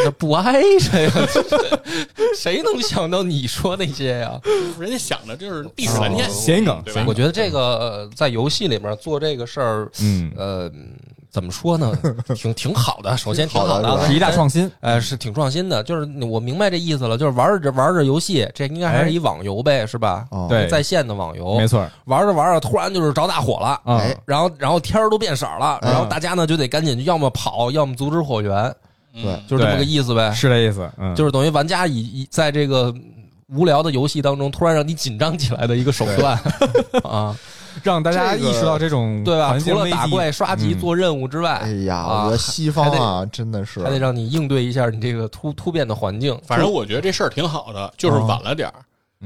[SPEAKER 2] 那不挨着呀， 谁能想到你说那些呀？
[SPEAKER 4] 人家想的就是碧水蓝天，
[SPEAKER 1] 谐音梗
[SPEAKER 4] 对
[SPEAKER 1] 谐
[SPEAKER 4] 吧
[SPEAKER 1] 音
[SPEAKER 2] 我
[SPEAKER 1] 梗
[SPEAKER 2] 觉得这个呃在游戏里面做这个事儿，
[SPEAKER 1] 嗯
[SPEAKER 2] 呃，怎么说呢？挺挺好的，首先挺好
[SPEAKER 3] 好的
[SPEAKER 2] 的，
[SPEAKER 1] 是一大创新。
[SPEAKER 2] 呃，是挺创新的，就是我明白这意思了，就是玩着玩着游戏，这应该还是一网游呗，是吧？
[SPEAKER 3] 哎哦，
[SPEAKER 1] 对
[SPEAKER 2] 在线的网游
[SPEAKER 1] 没，错儿
[SPEAKER 2] 玩着玩着突然就是着大火了，
[SPEAKER 1] 啊，
[SPEAKER 3] 哎
[SPEAKER 2] 然后然后天儿都变色了，
[SPEAKER 3] 嗯
[SPEAKER 2] 然后大家呢就得赶紧要么跑，要么阻止火源，
[SPEAKER 4] 嗯
[SPEAKER 3] 对
[SPEAKER 2] 就是这么
[SPEAKER 1] 对
[SPEAKER 2] 个意思呗。
[SPEAKER 1] 是这意思，嗯，
[SPEAKER 2] 就是是等于玩家以以在这个无聊的游戏当中，突然让你紧张起来的一个手段 啊，
[SPEAKER 1] 让大家
[SPEAKER 3] 这个
[SPEAKER 1] 意识到这种
[SPEAKER 2] 对吧？
[SPEAKER 1] 环
[SPEAKER 2] 除
[SPEAKER 1] 境
[SPEAKER 2] 了
[SPEAKER 1] 危
[SPEAKER 2] 打
[SPEAKER 1] 机
[SPEAKER 2] 怪、刷级、
[SPEAKER 1] 嗯
[SPEAKER 2] 做任务之外，
[SPEAKER 3] 哎呀，
[SPEAKER 2] 啊
[SPEAKER 3] 我觉得西方
[SPEAKER 2] 还
[SPEAKER 3] 啊，真的是
[SPEAKER 2] 还得让你应对一下你这个突突变的环境。
[SPEAKER 4] 反正我觉得这事儿挺好的，就是晚了点儿。
[SPEAKER 1] 嗯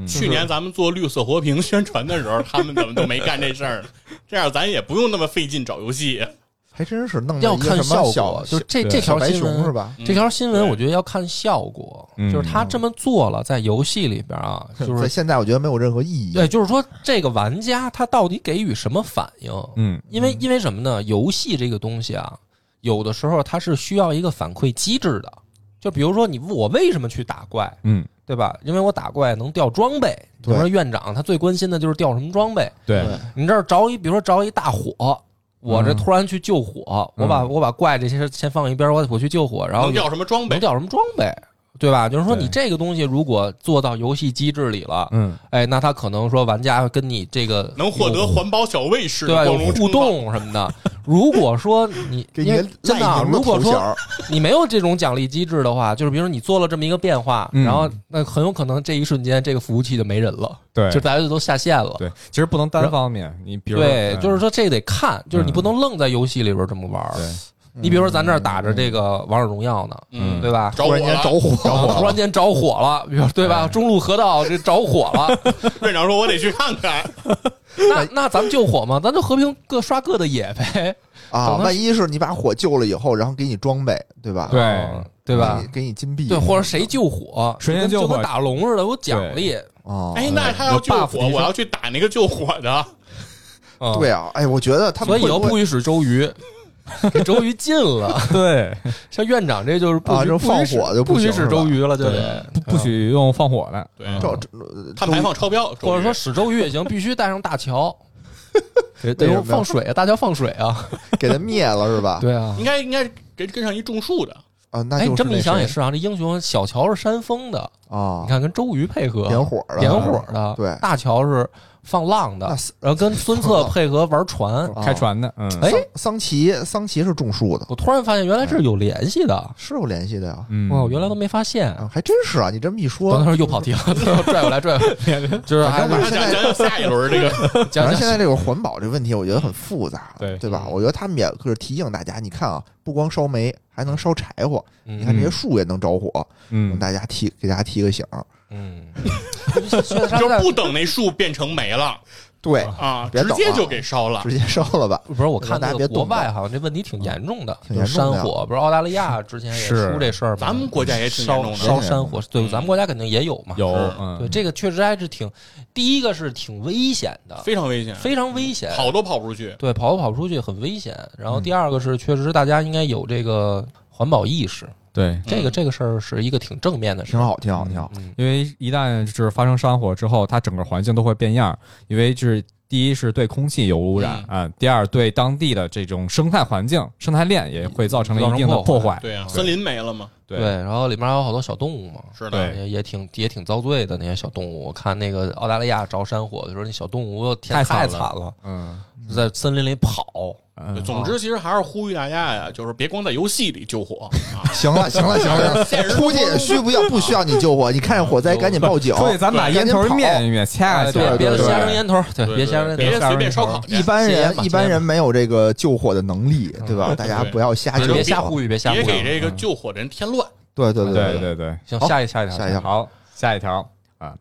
[SPEAKER 4] 去年咱们做绿色活屏宣传的时候，他们怎么都没干这事儿呢？这样咱也不用那么费劲找游戏。
[SPEAKER 3] 还真是弄
[SPEAKER 2] 要
[SPEAKER 3] 了一个
[SPEAKER 2] 看
[SPEAKER 3] 什
[SPEAKER 2] 效
[SPEAKER 3] 么
[SPEAKER 2] 果
[SPEAKER 3] 小，
[SPEAKER 2] 就是这
[SPEAKER 1] 对
[SPEAKER 2] 这
[SPEAKER 3] 小
[SPEAKER 2] 条
[SPEAKER 3] 白
[SPEAKER 2] 新
[SPEAKER 3] 熊
[SPEAKER 2] 闻
[SPEAKER 3] 是？吧？
[SPEAKER 2] 这条新闻
[SPEAKER 4] 对
[SPEAKER 2] 我觉得要看效果，
[SPEAKER 1] 嗯
[SPEAKER 2] 就是他这么做了，在游戏里边啊，就
[SPEAKER 3] 在
[SPEAKER 2] 是
[SPEAKER 3] 现在我觉得没有任何意义。
[SPEAKER 2] 对，就是说这个玩家他到底给予什么反应？
[SPEAKER 1] 嗯
[SPEAKER 2] 因为因为什么呢？游戏这个东西啊，有的时候它是需要一个反馈机制的。就比如说你问我为什么去打怪，
[SPEAKER 1] 嗯，
[SPEAKER 2] 对吧？因为我打怪能掉装备。比如说院长他最关心的就是掉什么装备。
[SPEAKER 1] 对，
[SPEAKER 2] 你这儿着一，比如说着一大火，我这
[SPEAKER 1] 嗯
[SPEAKER 2] 突然去救火，
[SPEAKER 1] 嗯
[SPEAKER 2] 我把我把怪这些先放一边，我我去救火，然后
[SPEAKER 4] 能掉什么装备
[SPEAKER 2] 能？掉什么装备，对吧？就是说
[SPEAKER 1] 对
[SPEAKER 2] 你这个东西如果做到游戏机制里了，
[SPEAKER 1] 嗯
[SPEAKER 2] 哎，那他可能说玩家跟你这个
[SPEAKER 4] 能获得
[SPEAKER 2] 有
[SPEAKER 4] 环保小卫士
[SPEAKER 2] 对
[SPEAKER 4] 的
[SPEAKER 2] 吧
[SPEAKER 4] 光
[SPEAKER 2] 有
[SPEAKER 4] 荣
[SPEAKER 2] 互
[SPEAKER 4] 称号。
[SPEAKER 2] 动什么的。如果说你
[SPEAKER 3] 给你
[SPEAKER 2] 因为真的啊，
[SPEAKER 3] 赖宁的
[SPEAKER 2] 如果
[SPEAKER 3] 头衔
[SPEAKER 2] 说
[SPEAKER 3] 儿
[SPEAKER 2] 你没有这种奖励机制的话，就是比如说你做了这么一个变化，
[SPEAKER 1] 嗯
[SPEAKER 2] 然后那很有可能这一瞬间这个服务器就没人了，
[SPEAKER 1] 对，
[SPEAKER 2] 就大家就都下线了。
[SPEAKER 1] 对，其实不能单方面，你比如说
[SPEAKER 2] 对，就是
[SPEAKER 1] 说，
[SPEAKER 2] 说这得看，就是
[SPEAKER 1] 嗯
[SPEAKER 2] 你不能愣在游戏里边这么玩儿。
[SPEAKER 1] 对，
[SPEAKER 2] 你比如说咱这儿打着这个王者荣耀呢，
[SPEAKER 1] 嗯
[SPEAKER 2] 对吧？
[SPEAKER 4] 着
[SPEAKER 3] 突然
[SPEAKER 4] 火
[SPEAKER 3] 间
[SPEAKER 4] 了，
[SPEAKER 3] 着火，着
[SPEAKER 2] 啊突
[SPEAKER 3] 火
[SPEAKER 2] 然
[SPEAKER 3] 了，
[SPEAKER 2] 间着火了，比如对吧？
[SPEAKER 1] 哎
[SPEAKER 2] 中路河道这着火了，
[SPEAKER 4] 院长说：“我得去看看。
[SPEAKER 2] 那那咱们救火吗？咱就和平各刷各的野呗，
[SPEAKER 3] 啊！
[SPEAKER 2] 等他
[SPEAKER 3] 万一是你把火救了以后，然后给你装备，对吧？
[SPEAKER 1] 嗯对嗯
[SPEAKER 2] 啊对吧
[SPEAKER 3] 给？你？给你金币，
[SPEAKER 2] 对，或者谁救火，
[SPEAKER 1] 瞬间
[SPEAKER 2] 就
[SPEAKER 1] 救
[SPEAKER 2] 跟
[SPEAKER 1] 火
[SPEAKER 2] 就跟打龙似的，有奖励。
[SPEAKER 3] 哦，
[SPEAKER 4] 哎，那他要救
[SPEAKER 1] 有 buff
[SPEAKER 4] 火，
[SPEAKER 1] 提升
[SPEAKER 4] 我要去打那个救火的。
[SPEAKER 2] 嗯，
[SPEAKER 3] 对啊，哎，我觉得他
[SPEAKER 2] 所
[SPEAKER 3] 们
[SPEAKER 2] 以以
[SPEAKER 3] 会
[SPEAKER 2] 后
[SPEAKER 3] 不
[SPEAKER 2] 不
[SPEAKER 3] 会
[SPEAKER 2] 许使 周瑜，给周瑜禁了。
[SPEAKER 1] 对，
[SPEAKER 2] 像院长这就是不
[SPEAKER 3] 啊
[SPEAKER 2] 许
[SPEAKER 3] 这放
[SPEAKER 2] 不许使
[SPEAKER 3] 火就不
[SPEAKER 2] 不许
[SPEAKER 3] 行
[SPEAKER 2] 使
[SPEAKER 3] 了
[SPEAKER 2] 周瑜了，就
[SPEAKER 1] 对
[SPEAKER 2] 得嗯
[SPEAKER 1] 不不许用放火的，
[SPEAKER 4] 对
[SPEAKER 1] 嗯
[SPEAKER 3] 照呃
[SPEAKER 4] 看排放超标，
[SPEAKER 2] 或者说
[SPEAKER 4] 周
[SPEAKER 2] 使周瑜也行，必须带上大 乔，
[SPEAKER 3] 为什
[SPEAKER 2] 得
[SPEAKER 3] 么
[SPEAKER 2] 得
[SPEAKER 3] 呀
[SPEAKER 2] 放水啊，大乔放水啊，
[SPEAKER 3] 给他灭了是吧？
[SPEAKER 2] 对
[SPEAKER 4] 瑜
[SPEAKER 2] 啊
[SPEAKER 4] 应。该应该跟跟上一种 树的，
[SPEAKER 3] 啊，那就
[SPEAKER 2] 哎，
[SPEAKER 3] 是
[SPEAKER 2] 你这么
[SPEAKER 3] 那
[SPEAKER 2] 一想
[SPEAKER 3] 谁
[SPEAKER 2] 也是啊，这英雄小乔是煽风的，
[SPEAKER 3] 啊
[SPEAKER 2] 你，看跟周瑜配合
[SPEAKER 3] 点火了，啊
[SPEAKER 2] 点火的，
[SPEAKER 3] 对
[SPEAKER 2] 大乔是放浪的
[SPEAKER 3] 那是，
[SPEAKER 2] 然后跟孙策配合玩船。
[SPEAKER 3] 啊
[SPEAKER 1] 开船的，嗯，
[SPEAKER 2] 哎，
[SPEAKER 3] 桑奇，桑奇是种树的，
[SPEAKER 2] 我突然发现原来这是有联系的，
[SPEAKER 3] 是有联系的呀。
[SPEAKER 1] 嗯，
[SPEAKER 2] 哇，我原来都没发现。
[SPEAKER 3] 啊，还真是啊！你这么一
[SPEAKER 2] 等
[SPEAKER 3] 说
[SPEAKER 2] 会，儿又跑题了， 拽回来拽 回来，就是还
[SPEAKER 4] 马上
[SPEAKER 3] 现
[SPEAKER 4] 讲
[SPEAKER 3] 在
[SPEAKER 4] 讲讲下一轮 这个。
[SPEAKER 2] 讲
[SPEAKER 3] 反正
[SPEAKER 2] 讲
[SPEAKER 3] 现在这个环保这问题，我觉得很复杂，
[SPEAKER 1] 对
[SPEAKER 3] 对吧？
[SPEAKER 2] 嗯
[SPEAKER 3] 我觉得他们也是提醒大家，你看啊，不光烧煤，还能烧柴火，你
[SPEAKER 2] 嗯
[SPEAKER 3] 看这些树也能着火，让
[SPEAKER 1] 嗯，
[SPEAKER 3] 大家提给大家提个醒儿。
[SPEAKER 2] 嗯，薛德山
[SPEAKER 4] 就
[SPEAKER 2] 在
[SPEAKER 4] 不等那树变成煤了
[SPEAKER 3] 对，
[SPEAKER 4] 啊，
[SPEAKER 3] 别
[SPEAKER 4] 直
[SPEAKER 3] 等了
[SPEAKER 4] 接就给烧了
[SPEAKER 3] 直。接烧了吧。
[SPEAKER 2] 不是我看
[SPEAKER 3] 大
[SPEAKER 2] 那
[SPEAKER 3] 家
[SPEAKER 2] 个
[SPEAKER 3] 别
[SPEAKER 2] 国
[SPEAKER 3] 动嗯
[SPEAKER 2] 外好像这问题挺严重的，
[SPEAKER 3] 挺严重的呀
[SPEAKER 2] 就是山火，不是澳大利亚之前也
[SPEAKER 1] 是
[SPEAKER 2] 出这事儿吗？
[SPEAKER 4] 咱们国家也挺严重
[SPEAKER 2] 烧烧
[SPEAKER 4] 的
[SPEAKER 2] 山火，对，
[SPEAKER 4] 嗯
[SPEAKER 2] 咱们国家肯定也有嘛。
[SPEAKER 1] 有，
[SPEAKER 4] 是
[SPEAKER 1] 嗯，
[SPEAKER 2] 对，这个确实还是挺，第一个是挺危险的，
[SPEAKER 4] 非常危险，
[SPEAKER 2] 非常危险，
[SPEAKER 4] 跑都跑不出去。
[SPEAKER 2] 对，跑都跑不出去，很危险。然
[SPEAKER 4] 嗯
[SPEAKER 2] 后第二个是，确实大家应该有这个环保意识，
[SPEAKER 1] 对，
[SPEAKER 2] 这
[SPEAKER 4] 嗯
[SPEAKER 2] 个这个事儿是一个挺正面的事
[SPEAKER 3] 挺
[SPEAKER 2] 儿。
[SPEAKER 3] 好，挺好，挺好。
[SPEAKER 2] 嗯，
[SPEAKER 1] 因为一旦就是发生山火之后，它整个环境都会变样儿，因为就是第一是对空气有污染啊、第二对当地的这种生态环境、生态链也会造成了一定的破坏。
[SPEAKER 4] 对啊，森林没了嘛。
[SPEAKER 1] 对
[SPEAKER 2] 然后里面还有好多小动物嘛，
[SPEAKER 4] 是
[SPEAKER 1] 对
[SPEAKER 4] 的，
[SPEAKER 2] 也也挺也挺遭罪的那些小动物。我看那个澳大利亚着山火的时候，那小动物天
[SPEAKER 1] 太惨
[SPEAKER 2] 太
[SPEAKER 1] 了
[SPEAKER 2] 惨了，
[SPEAKER 1] 嗯
[SPEAKER 2] 就在森林里跑。
[SPEAKER 1] 嗯，
[SPEAKER 4] 总之，其实还是呼吁大家呀，就是别光在游戏里救火啊，
[SPEAKER 3] 行了，行了，行 了，
[SPEAKER 4] 现实生
[SPEAKER 3] 出
[SPEAKER 4] 活
[SPEAKER 3] 去也需不要不需要你救火？你看见火灾赶紧 报警。
[SPEAKER 1] 所以咱们把
[SPEAKER 3] 对
[SPEAKER 1] 烟头灭一灭，掐下去，
[SPEAKER 2] 别
[SPEAKER 3] 对
[SPEAKER 2] 别
[SPEAKER 3] 对
[SPEAKER 2] 瞎扔烟头， 对，
[SPEAKER 4] 对
[SPEAKER 2] 别
[SPEAKER 4] 对
[SPEAKER 2] 瞎扔
[SPEAKER 4] 别
[SPEAKER 2] 烟头。
[SPEAKER 4] 随便烧烤去，
[SPEAKER 3] 一般
[SPEAKER 2] 戒烟吧
[SPEAKER 3] 人一
[SPEAKER 2] 戒
[SPEAKER 3] 般
[SPEAKER 2] 烟吧
[SPEAKER 3] 人没有这个救火的能力，对吧？大家
[SPEAKER 4] 嗯对
[SPEAKER 3] 不要瞎
[SPEAKER 2] 别
[SPEAKER 3] 救
[SPEAKER 2] 别瞎
[SPEAKER 3] 火。
[SPEAKER 2] 呼吁，别瞎呼嗯
[SPEAKER 4] 别
[SPEAKER 2] 吁。
[SPEAKER 4] 给这个救火的人添乱。
[SPEAKER 3] 对对
[SPEAKER 1] 对
[SPEAKER 3] 对
[SPEAKER 1] 对对对。
[SPEAKER 2] 行，
[SPEAKER 3] 好
[SPEAKER 2] 下一下一条，
[SPEAKER 3] 下一条
[SPEAKER 1] 好，下一条啊，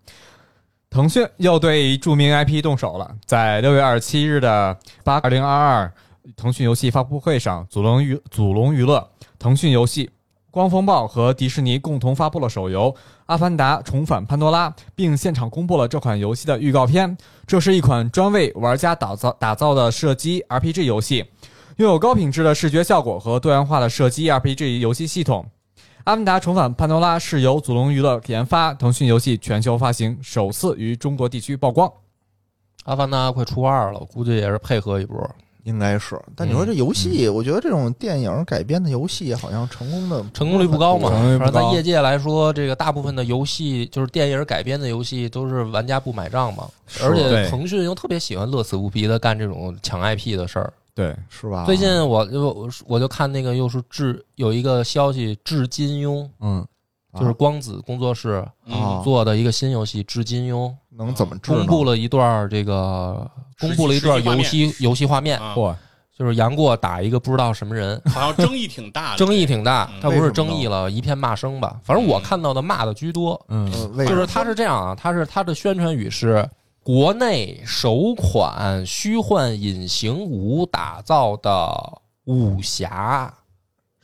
[SPEAKER 1] 腾讯又对著名 IP 动手了，在六月二十七日的八二零二二腾讯游戏发布会上，祖龙娱祖龙娱乐、腾讯游戏、光风暴和迪士尼共同发布了手游《阿凡达：重返潘多拉》，并现场公布了这款游戏的预告片。这是一款专为玩家打造打造的射击 RPG 游戏。拥有高品质的视觉效果和多元化的射击 RPG 游戏系统，《阿凡达：重返潘多拉》是由祖龙娱乐研发，腾讯游戏全球发行，首次于中国地区曝光。
[SPEAKER 2] 阿凡达快初二了，我估计也是配合一波。
[SPEAKER 3] 应该是。但你说
[SPEAKER 2] 嗯
[SPEAKER 3] 这游戏，我觉得这种电影改编的游戏好像成功的
[SPEAKER 2] 成功率不高嘛，
[SPEAKER 1] 成功率
[SPEAKER 2] 反
[SPEAKER 1] 不高
[SPEAKER 2] 正在业界来说，这个大部分的游戏就是电影改编的游戏都是玩家不买账嘛，而
[SPEAKER 1] 对
[SPEAKER 2] 且腾讯又特别喜欢乐此不疲的干这种抢 IP 的事儿。
[SPEAKER 1] 对，
[SPEAKER 3] 是吧？
[SPEAKER 2] 最近我就我就看那个又是致有一个消息，致金庸
[SPEAKER 1] 嗯，
[SPEAKER 2] 就是光子工作室
[SPEAKER 4] 嗯
[SPEAKER 3] 啊，
[SPEAKER 2] 做的一个新游戏《致金庸》，
[SPEAKER 3] 能怎么治
[SPEAKER 2] 公
[SPEAKER 3] 呢？
[SPEAKER 2] 布了一段这个
[SPEAKER 4] 实
[SPEAKER 2] 公
[SPEAKER 4] 际
[SPEAKER 2] 布了一段游戏游戏画面，
[SPEAKER 4] 啊，
[SPEAKER 1] 嚯，
[SPEAKER 2] 就是杨过打一个不知道什么人，
[SPEAKER 4] 好像争议挺大 的，
[SPEAKER 2] 争议挺大
[SPEAKER 4] 嗯，
[SPEAKER 2] 他不是争议了，一片骂声吧，反正我看到的骂的居多。
[SPEAKER 1] 嗯
[SPEAKER 3] 呃，为
[SPEAKER 2] 就
[SPEAKER 3] 什么
[SPEAKER 2] 是它是这样啊，它是它的宣传语是国内首款虚幻隐形五打造的武侠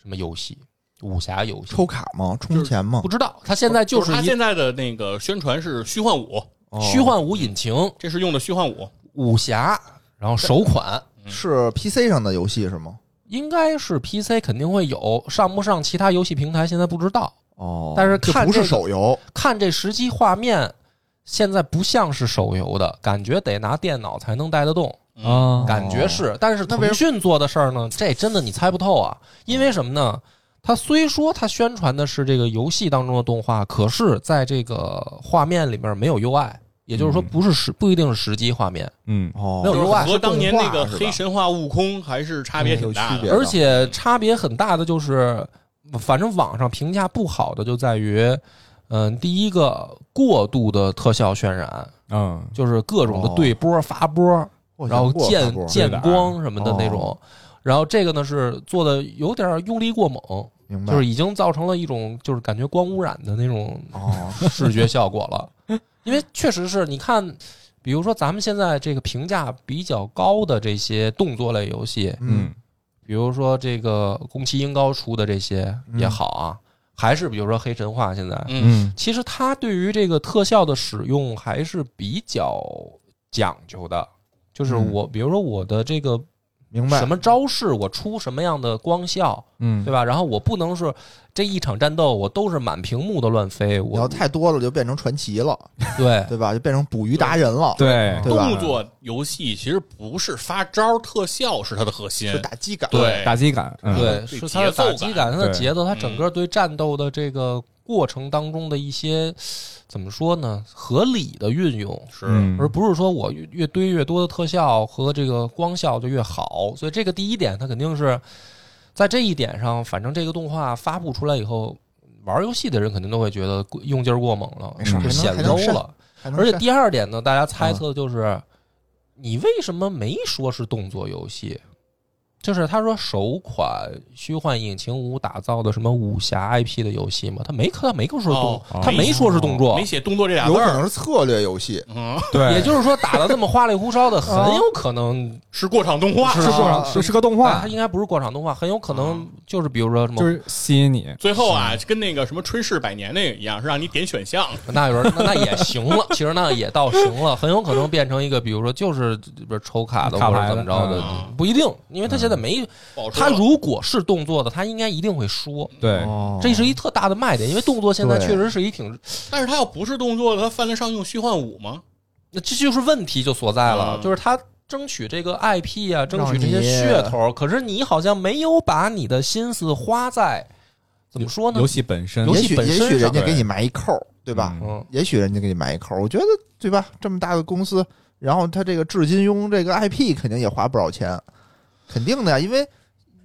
[SPEAKER 2] 什么游戏，武侠游戏
[SPEAKER 3] 抽卡吗？充钱吗
[SPEAKER 2] 不？知道，它现在就
[SPEAKER 4] 就是他
[SPEAKER 2] 一
[SPEAKER 4] 现在的那个宣传是虚幻五，
[SPEAKER 3] 哦
[SPEAKER 2] 虚幻五引擎
[SPEAKER 4] 这是用的虚幻五，
[SPEAKER 2] 武侠，然后首款。
[SPEAKER 4] 嗯
[SPEAKER 3] 是 PC 上的游戏是吗？
[SPEAKER 2] 应该是 PC 肯定会有，上不上其他游戏平台现在不知道。
[SPEAKER 3] 哦，
[SPEAKER 2] 但是
[SPEAKER 3] 这
[SPEAKER 2] 看
[SPEAKER 3] 不是
[SPEAKER 2] 这个
[SPEAKER 3] 手游，
[SPEAKER 2] 看这实际画面，现在不像是手游的感觉，得拿电脑才能带得动。
[SPEAKER 4] 嗯
[SPEAKER 1] 啊
[SPEAKER 2] 感觉是，但是
[SPEAKER 3] 那为
[SPEAKER 2] 哦腾讯做的事儿呢，这真的你猜不透啊。因为什么呢？它虽说它宣传的是这个游戏当中的动画，可是在这个画面里面没有 UI，也就是说不是实不一定是实际画面，
[SPEAKER 1] 嗯
[SPEAKER 3] 哦，
[SPEAKER 2] 没有
[SPEAKER 4] 就是
[SPEAKER 2] 说话
[SPEAKER 4] 和
[SPEAKER 3] 是动
[SPEAKER 4] 当年那个
[SPEAKER 3] 画是吧
[SPEAKER 4] 黑神话悟空还是差别挺大
[SPEAKER 3] 嗯有区别
[SPEAKER 4] 的。
[SPEAKER 3] 的
[SPEAKER 2] 而且差别很大的就是，反正网上评价不好的就在于，嗯、第一个过度的特效渲染，
[SPEAKER 1] 嗯
[SPEAKER 2] 就是各种的对波、发波，
[SPEAKER 3] 我
[SPEAKER 2] 然后
[SPEAKER 3] 想过发
[SPEAKER 2] 见
[SPEAKER 3] 布
[SPEAKER 1] 见
[SPEAKER 2] 见光什么的那种
[SPEAKER 3] 哦。
[SPEAKER 2] 然后这个呢是做的有点儿用力过猛，
[SPEAKER 3] 明白
[SPEAKER 2] 就是已经造成了一种就是感觉光污染的那种
[SPEAKER 3] 哦，
[SPEAKER 2] 视觉效果了。因为确实是你看，比如说咱们现在这个评价比较高的这些动作类游戏，
[SPEAKER 1] 嗯
[SPEAKER 2] 比如说这个宫崎英高出的这些
[SPEAKER 3] 嗯
[SPEAKER 2] 也好啊，还是比如说黑神话现在，
[SPEAKER 4] 嗯，
[SPEAKER 1] 嗯
[SPEAKER 2] 其实它对于这个特效的使用还是比较讲究的。就是
[SPEAKER 3] 嗯
[SPEAKER 2] 我，比如说我的这个
[SPEAKER 3] 明白
[SPEAKER 2] 什么招式，我出什么样的光效，
[SPEAKER 1] 嗯
[SPEAKER 2] 对吧？然后我不能是这一场战斗，我都是满屏幕的乱飞，
[SPEAKER 3] 你要
[SPEAKER 2] 我
[SPEAKER 3] 太多了就变成传奇了，
[SPEAKER 2] 对
[SPEAKER 3] 对吧？就变成捕鱼达人了，
[SPEAKER 1] 对
[SPEAKER 3] 对吧？
[SPEAKER 4] 动作游戏其实不是发招特效是它的核心
[SPEAKER 3] 是，打击感，
[SPEAKER 4] 对
[SPEAKER 1] 打击感，嗯
[SPEAKER 2] 对，
[SPEAKER 4] 对
[SPEAKER 2] 是它的打击感、它的
[SPEAKER 1] 对
[SPEAKER 2] 节奏、它
[SPEAKER 4] 嗯
[SPEAKER 2] 整个对战斗的这个过程当中的一些怎么说呢？合理的运用，
[SPEAKER 4] 是
[SPEAKER 1] 嗯
[SPEAKER 2] 而不是说我越越堆越多的特效和这个光效就越好。所以这个第一点，它肯定是在这一点上，反正这个动画发布出来以后，玩游戏的人肯定都会觉得过用劲儿过猛了，
[SPEAKER 3] 没事
[SPEAKER 1] 儿
[SPEAKER 2] 就显
[SPEAKER 3] 还能
[SPEAKER 2] low 了。
[SPEAKER 3] 还能嗯
[SPEAKER 2] 而且
[SPEAKER 3] 上
[SPEAKER 2] 第二点呢，大家猜测就是，你为什么没说是动作游戏？就是他说首款虚幻引擎五打造的什么武侠 IP 的游戏嘛，他没他没说是动
[SPEAKER 4] 哦，
[SPEAKER 2] 他没说是动作，
[SPEAKER 4] 没写动作这俩
[SPEAKER 3] 有
[SPEAKER 4] 字
[SPEAKER 3] 可
[SPEAKER 4] 儿，
[SPEAKER 3] 能是策略游戏，
[SPEAKER 4] 嗯，
[SPEAKER 1] 对，
[SPEAKER 2] 也就是说，打的这么花里胡哨的，很有可能
[SPEAKER 4] 是过场动画。
[SPEAKER 1] 是
[SPEAKER 3] 是
[SPEAKER 1] 过场
[SPEAKER 3] 啊
[SPEAKER 1] 是是个动
[SPEAKER 2] 它
[SPEAKER 1] 画
[SPEAKER 2] 它，应该不是过场动画，很有可能就是比如说什么，
[SPEAKER 1] 就是吸引你，
[SPEAKER 4] 最后啊，跟那个什么《春逝百年》那个一样，是让你点选项。
[SPEAKER 2] 那有人那那也行了，其实那也倒行了，很有可能变成一个比如说就是比如抽卡的
[SPEAKER 1] 卡
[SPEAKER 2] 或
[SPEAKER 1] 牌
[SPEAKER 2] 者
[SPEAKER 1] 的
[SPEAKER 2] 怎么着的
[SPEAKER 4] 嗯，
[SPEAKER 2] 不一定，因为他现在没
[SPEAKER 4] 不好说
[SPEAKER 2] 他如果是动作的，他应该一定会说。
[SPEAKER 1] 对，
[SPEAKER 3] 哦
[SPEAKER 2] 这是一特大的卖点，因为动作现在
[SPEAKER 3] 对
[SPEAKER 2] 确实是一挺，
[SPEAKER 4] 但是他要不是动作的，他犯得上用虚幻五吗？
[SPEAKER 2] 那这就是问题就所在了，
[SPEAKER 4] 嗯
[SPEAKER 2] 就是他争取这个 IP 啊，争取
[SPEAKER 3] 让
[SPEAKER 2] 这
[SPEAKER 3] 你
[SPEAKER 2] 些噱头，可是你好像没有把你的心思花在怎么说呢
[SPEAKER 1] 游？戏本身
[SPEAKER 2] 游
[SPEAKER 3] 也
[SPEAKER 2] 戏
[SPEAKER 3] 许
[SPEAKER 2] 本身
[SPEAKER 3] 也许人家
[SPEAKER 1] 上
[SPEAKER 3] 给你埋一扣儿，对吧？
[SPEAKER 1] 嗯
[SPEAKER 2] 嗯，
[SPEAKER 3] 也许人家给你埋一扣儿，我觉得对吧？这么大的公司，然后他这个致金庸这个 IP 肯定也花不少钱，肯定的呀，因为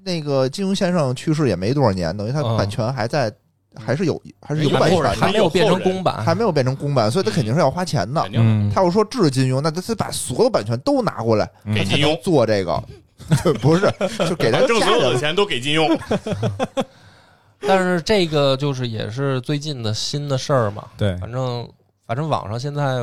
[SPEAKER 3] 那个金庸先生去世也没多少年，等于他
[SPEAKER 2] 嗯
[SPEAKER 3] 版权还在，还是有还是有
[SPEAKER 4] 还
[SPEAKER 3] 版
[SPEAKER 4] 没有
[SPEAKER 3] 权
[SPEAKER 2] 还
[SPEAKER 3] 的，
[SPEAKER 2] 没有变成公
[SPEAKER 3] 还
[SPEAKER 2] 版，
[SPEAKER 3] 没有变成公版，所以他肯定是要花钱的
[SPEAKER 4] 肯。定
[SPEAKER 1] 嗯，
[SPEAKER 3] 他要说致金庸，那他得把所有版权都拿过来
[SPEAKER 1] 嗯
[SPEAKER 4] 给金庸，
[SPEAKER 3] 做这个，不是就 给他的
[SPEAKER 4] 把挣
[SPEAKER 3] 家
[SPEAKER 4] 所有的
[SPEAKER 3] 人
[SPEAKER 4] 钱都给金 庸。
[SPEAKER 2] 但是这个就是也是最近的新的事儿嘛。
[SPEAKER 1] 对，
[SPEAKER 2] 反正反正网上现在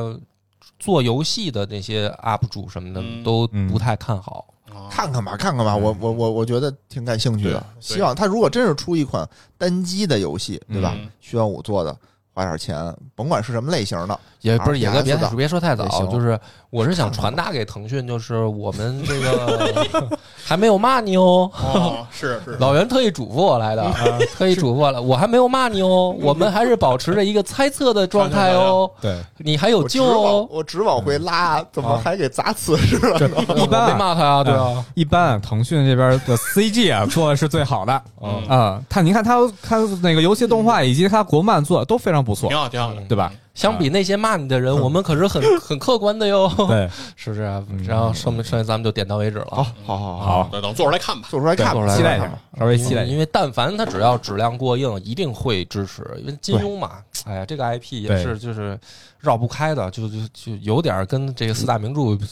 [SPEAKER 2] 做游戏的那些 UP 主什么的
[SPEAKER 4] 嗯
[SPEAKER 2] 都
[SPEAKER 1] 嗯
[SPEAKER 2] 不太看好。
[SPEAKER 4] 啊
[SPEAKER 3] 看看吧，看看吧，我我我我觉得挺 感兴趣的。
[SPEAKER 4] 对
[SPEAKER 3] 希望他如果真是出一款单机的游戏，对吧
[SPEAKER 4] 嗯？
[SPEAKER 3] 虚幻五做的，花点钱，甭管是什么类型的，
[SPEAKER 2] 也不是野哥，别
[SPEAKER 3] RTS
[SPEAKER 2] 太
[SPEAKER 3] 的
[SPEAKER 2] 别说太
[SPEAKER 3] 也
[SPEAKER 2] 早，
[SPEAKER 3] 行
[SPEAKER 2] 就是我是想传达给腾讯，就是我们这个还没有骂你哦，
[SPEAKER 4] 哦，是 是，
[SPEAKER 2] 老袁特意嘱咐我来的，啊特意嘱咐我了，我还没有骂你哦，我们还是保持着一个猜测的状态哦，
[SPEAKER 1] 对，
[SPEAKER 2] 你还有
[SPEAKER 3] 我只
[SPEAKER 2] 救
[SPEAKER 3] 往
[SPEAKER 2] 哦，
[SPEAKER 3] 我只往回拉，怎么还给砸瓷实了呢？
[SPEAKER 1] 一般
[SPEAKER 2] 我没
[SPEAKER 1] 啊
[SPEAKER 2] 骂他啊，对啊，
[SPEAKER 1] 一般啊，腾讯这边的 CG 啊做的是最好的，
[SPEAKER 4] 嗯
[SPEAKER 1] 啊，他你看他他那个游戏动画以及他国漫做的都非常不错
[SPEAKER 4] 挺，好挺好的。
[SPEAKER 1] 对吧？
[SPEAKER 2] 相比那些骂你的人，我们可 是很很客观的哟，
[SPEAKER 1] 啊嗯对， 嗯
[SPEAKER 2] 是不是啊？然后剩剩下咱们就点到为止了。
[SPEAKER 3] 好，好好好，
[SPEAKER 1] 好，
[SPEAKER 4] 嗯等等坐出来看吧。
[SPEAKER 3] 做出来
[SPEAKER 1] 对
[SPEAKER 3] 看吧，
[SPEAKER 1] 期待一
[SPEAKER 3] 看吧
[SPEAKER 1] 下，稍微期待
[SPEAKER 2] 因
[SPEAKER 1] 一
[SPEAKER 2] 为
[SPEAKER 1] 下
[SPEAKER 2] 因为但凡他只要质量过硬，一定会支持，因为金庸嘛，哎呀，这个 IP
[SPEAKER 1] 嗯
[SPEAKER 2] 也
[SPEAKER 1] 对
[SPEAKER 2] 是就是绕不开的，就就就有点跟这个四大名著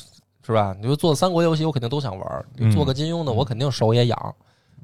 [SPEAKER 2] 是吧？你就做三国游戏，我肯定都想玩儿；
[SPEAKER 1] 嗯
[SPEAKER 2] 做个金庸的，我肯定手也痒。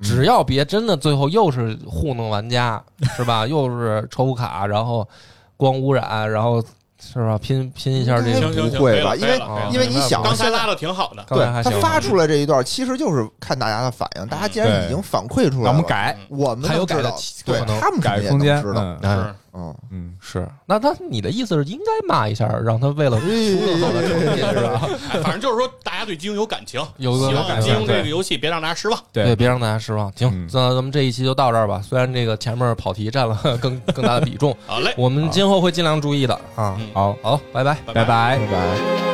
[SPEAKER 2] 只要别真的最后又是糊弄玩家 是吧？又是抽卡，然后光污染，然后是吧？拼拼一下这
[SPEAKER 3] 应该
[SPEAKER 2] 个
[SPEAKER 4] 行行行，
[SPEAKER 3] 不会
[SPEAKER 4] 可以了
[SPEAKER 3] 吧
[SPEAKER 4] 可以了
[SPEAKER 2] 因为因
[SPEAKER 4] 可以了
[SPEAKER 2] 为
[SPEAKER 3] 你想
[SPEAKER 4] 刚才
[SPEAKER 3] 现在
[SPEAKER 4] 拉的挺好的，
[SPEAKER 2] 刚才还
[SPEAKER 3] 他
[SPEAKER 2] 行啊
[SPEAKER 3] 发出来这一段，其实就是看大家的反应。大家既然
[SPEAKER 1] 对
[SPEAKER 3] 已经反馈出来
[SPEAKER 1] 咱
[SPEAKER 3] 了，
[SPEAKER 1] 们改
[SPEAKER 3] 我们
[SPEAKER 2] 还有
[SPEAKER 3] 能
[SPEAKER 2] 改
[SPEAKER 3] 知
[SPEAKER 2] 的
[SPEAKER 3] 道，
[SPEAKER 2] 可
[SPEAKER 3] 对
[SPEAKER 2] 能
[SPEAKER 3] 他们肯
[SPEAKER 1] 改
[SPEAKER 3] 定也
[SPEAKER 1] 空间
[SPEAKER 3] 能，知道，
[SPEAKER 1] 嗯
[SPEAKER 2] 哎
[SPEAKER 4] 是
[SPEAKER 3] 嗯，
[SPEAKER 1] 嗯，
[SPEAKER 2] 是，那他你的意思是应该骂一下，让他为了出
[SPEAKER 3] 嗯
[SPEAKER 2] 了走的成绩是吧？
[SPEAKER 4] 哎反正就是说大家对金庸有感情，
[SPEAKER 2] 有个
[SPEAKER 4] 希
[SPEAKER 2] 感情
[SPEAKER 4] 望金庸这个
[SPEAKER 1] 对
[SPEAKER 4] 游戏别让大家失望。
[SPEAKER 1] 对，
[SPEAKER 2] 别让大家失望。行
[SPEAKER 1] 嗯，
[SPEAKER 2] 那咱们这一期就到这儿吧。虽然这个前面跑题占了 更更大的比重，
[SPEAKER 4] 好嘞，
[SPEAKER 2] 我们今后会尽量注意的啊。
[SPEAKER 4] 嗯
[SPEAKER 1] 好，
[SPEAKER 2] 好，拜拜。
[SPEAKER 1] 拜拜。
[SPEAKER 3] 拜拜。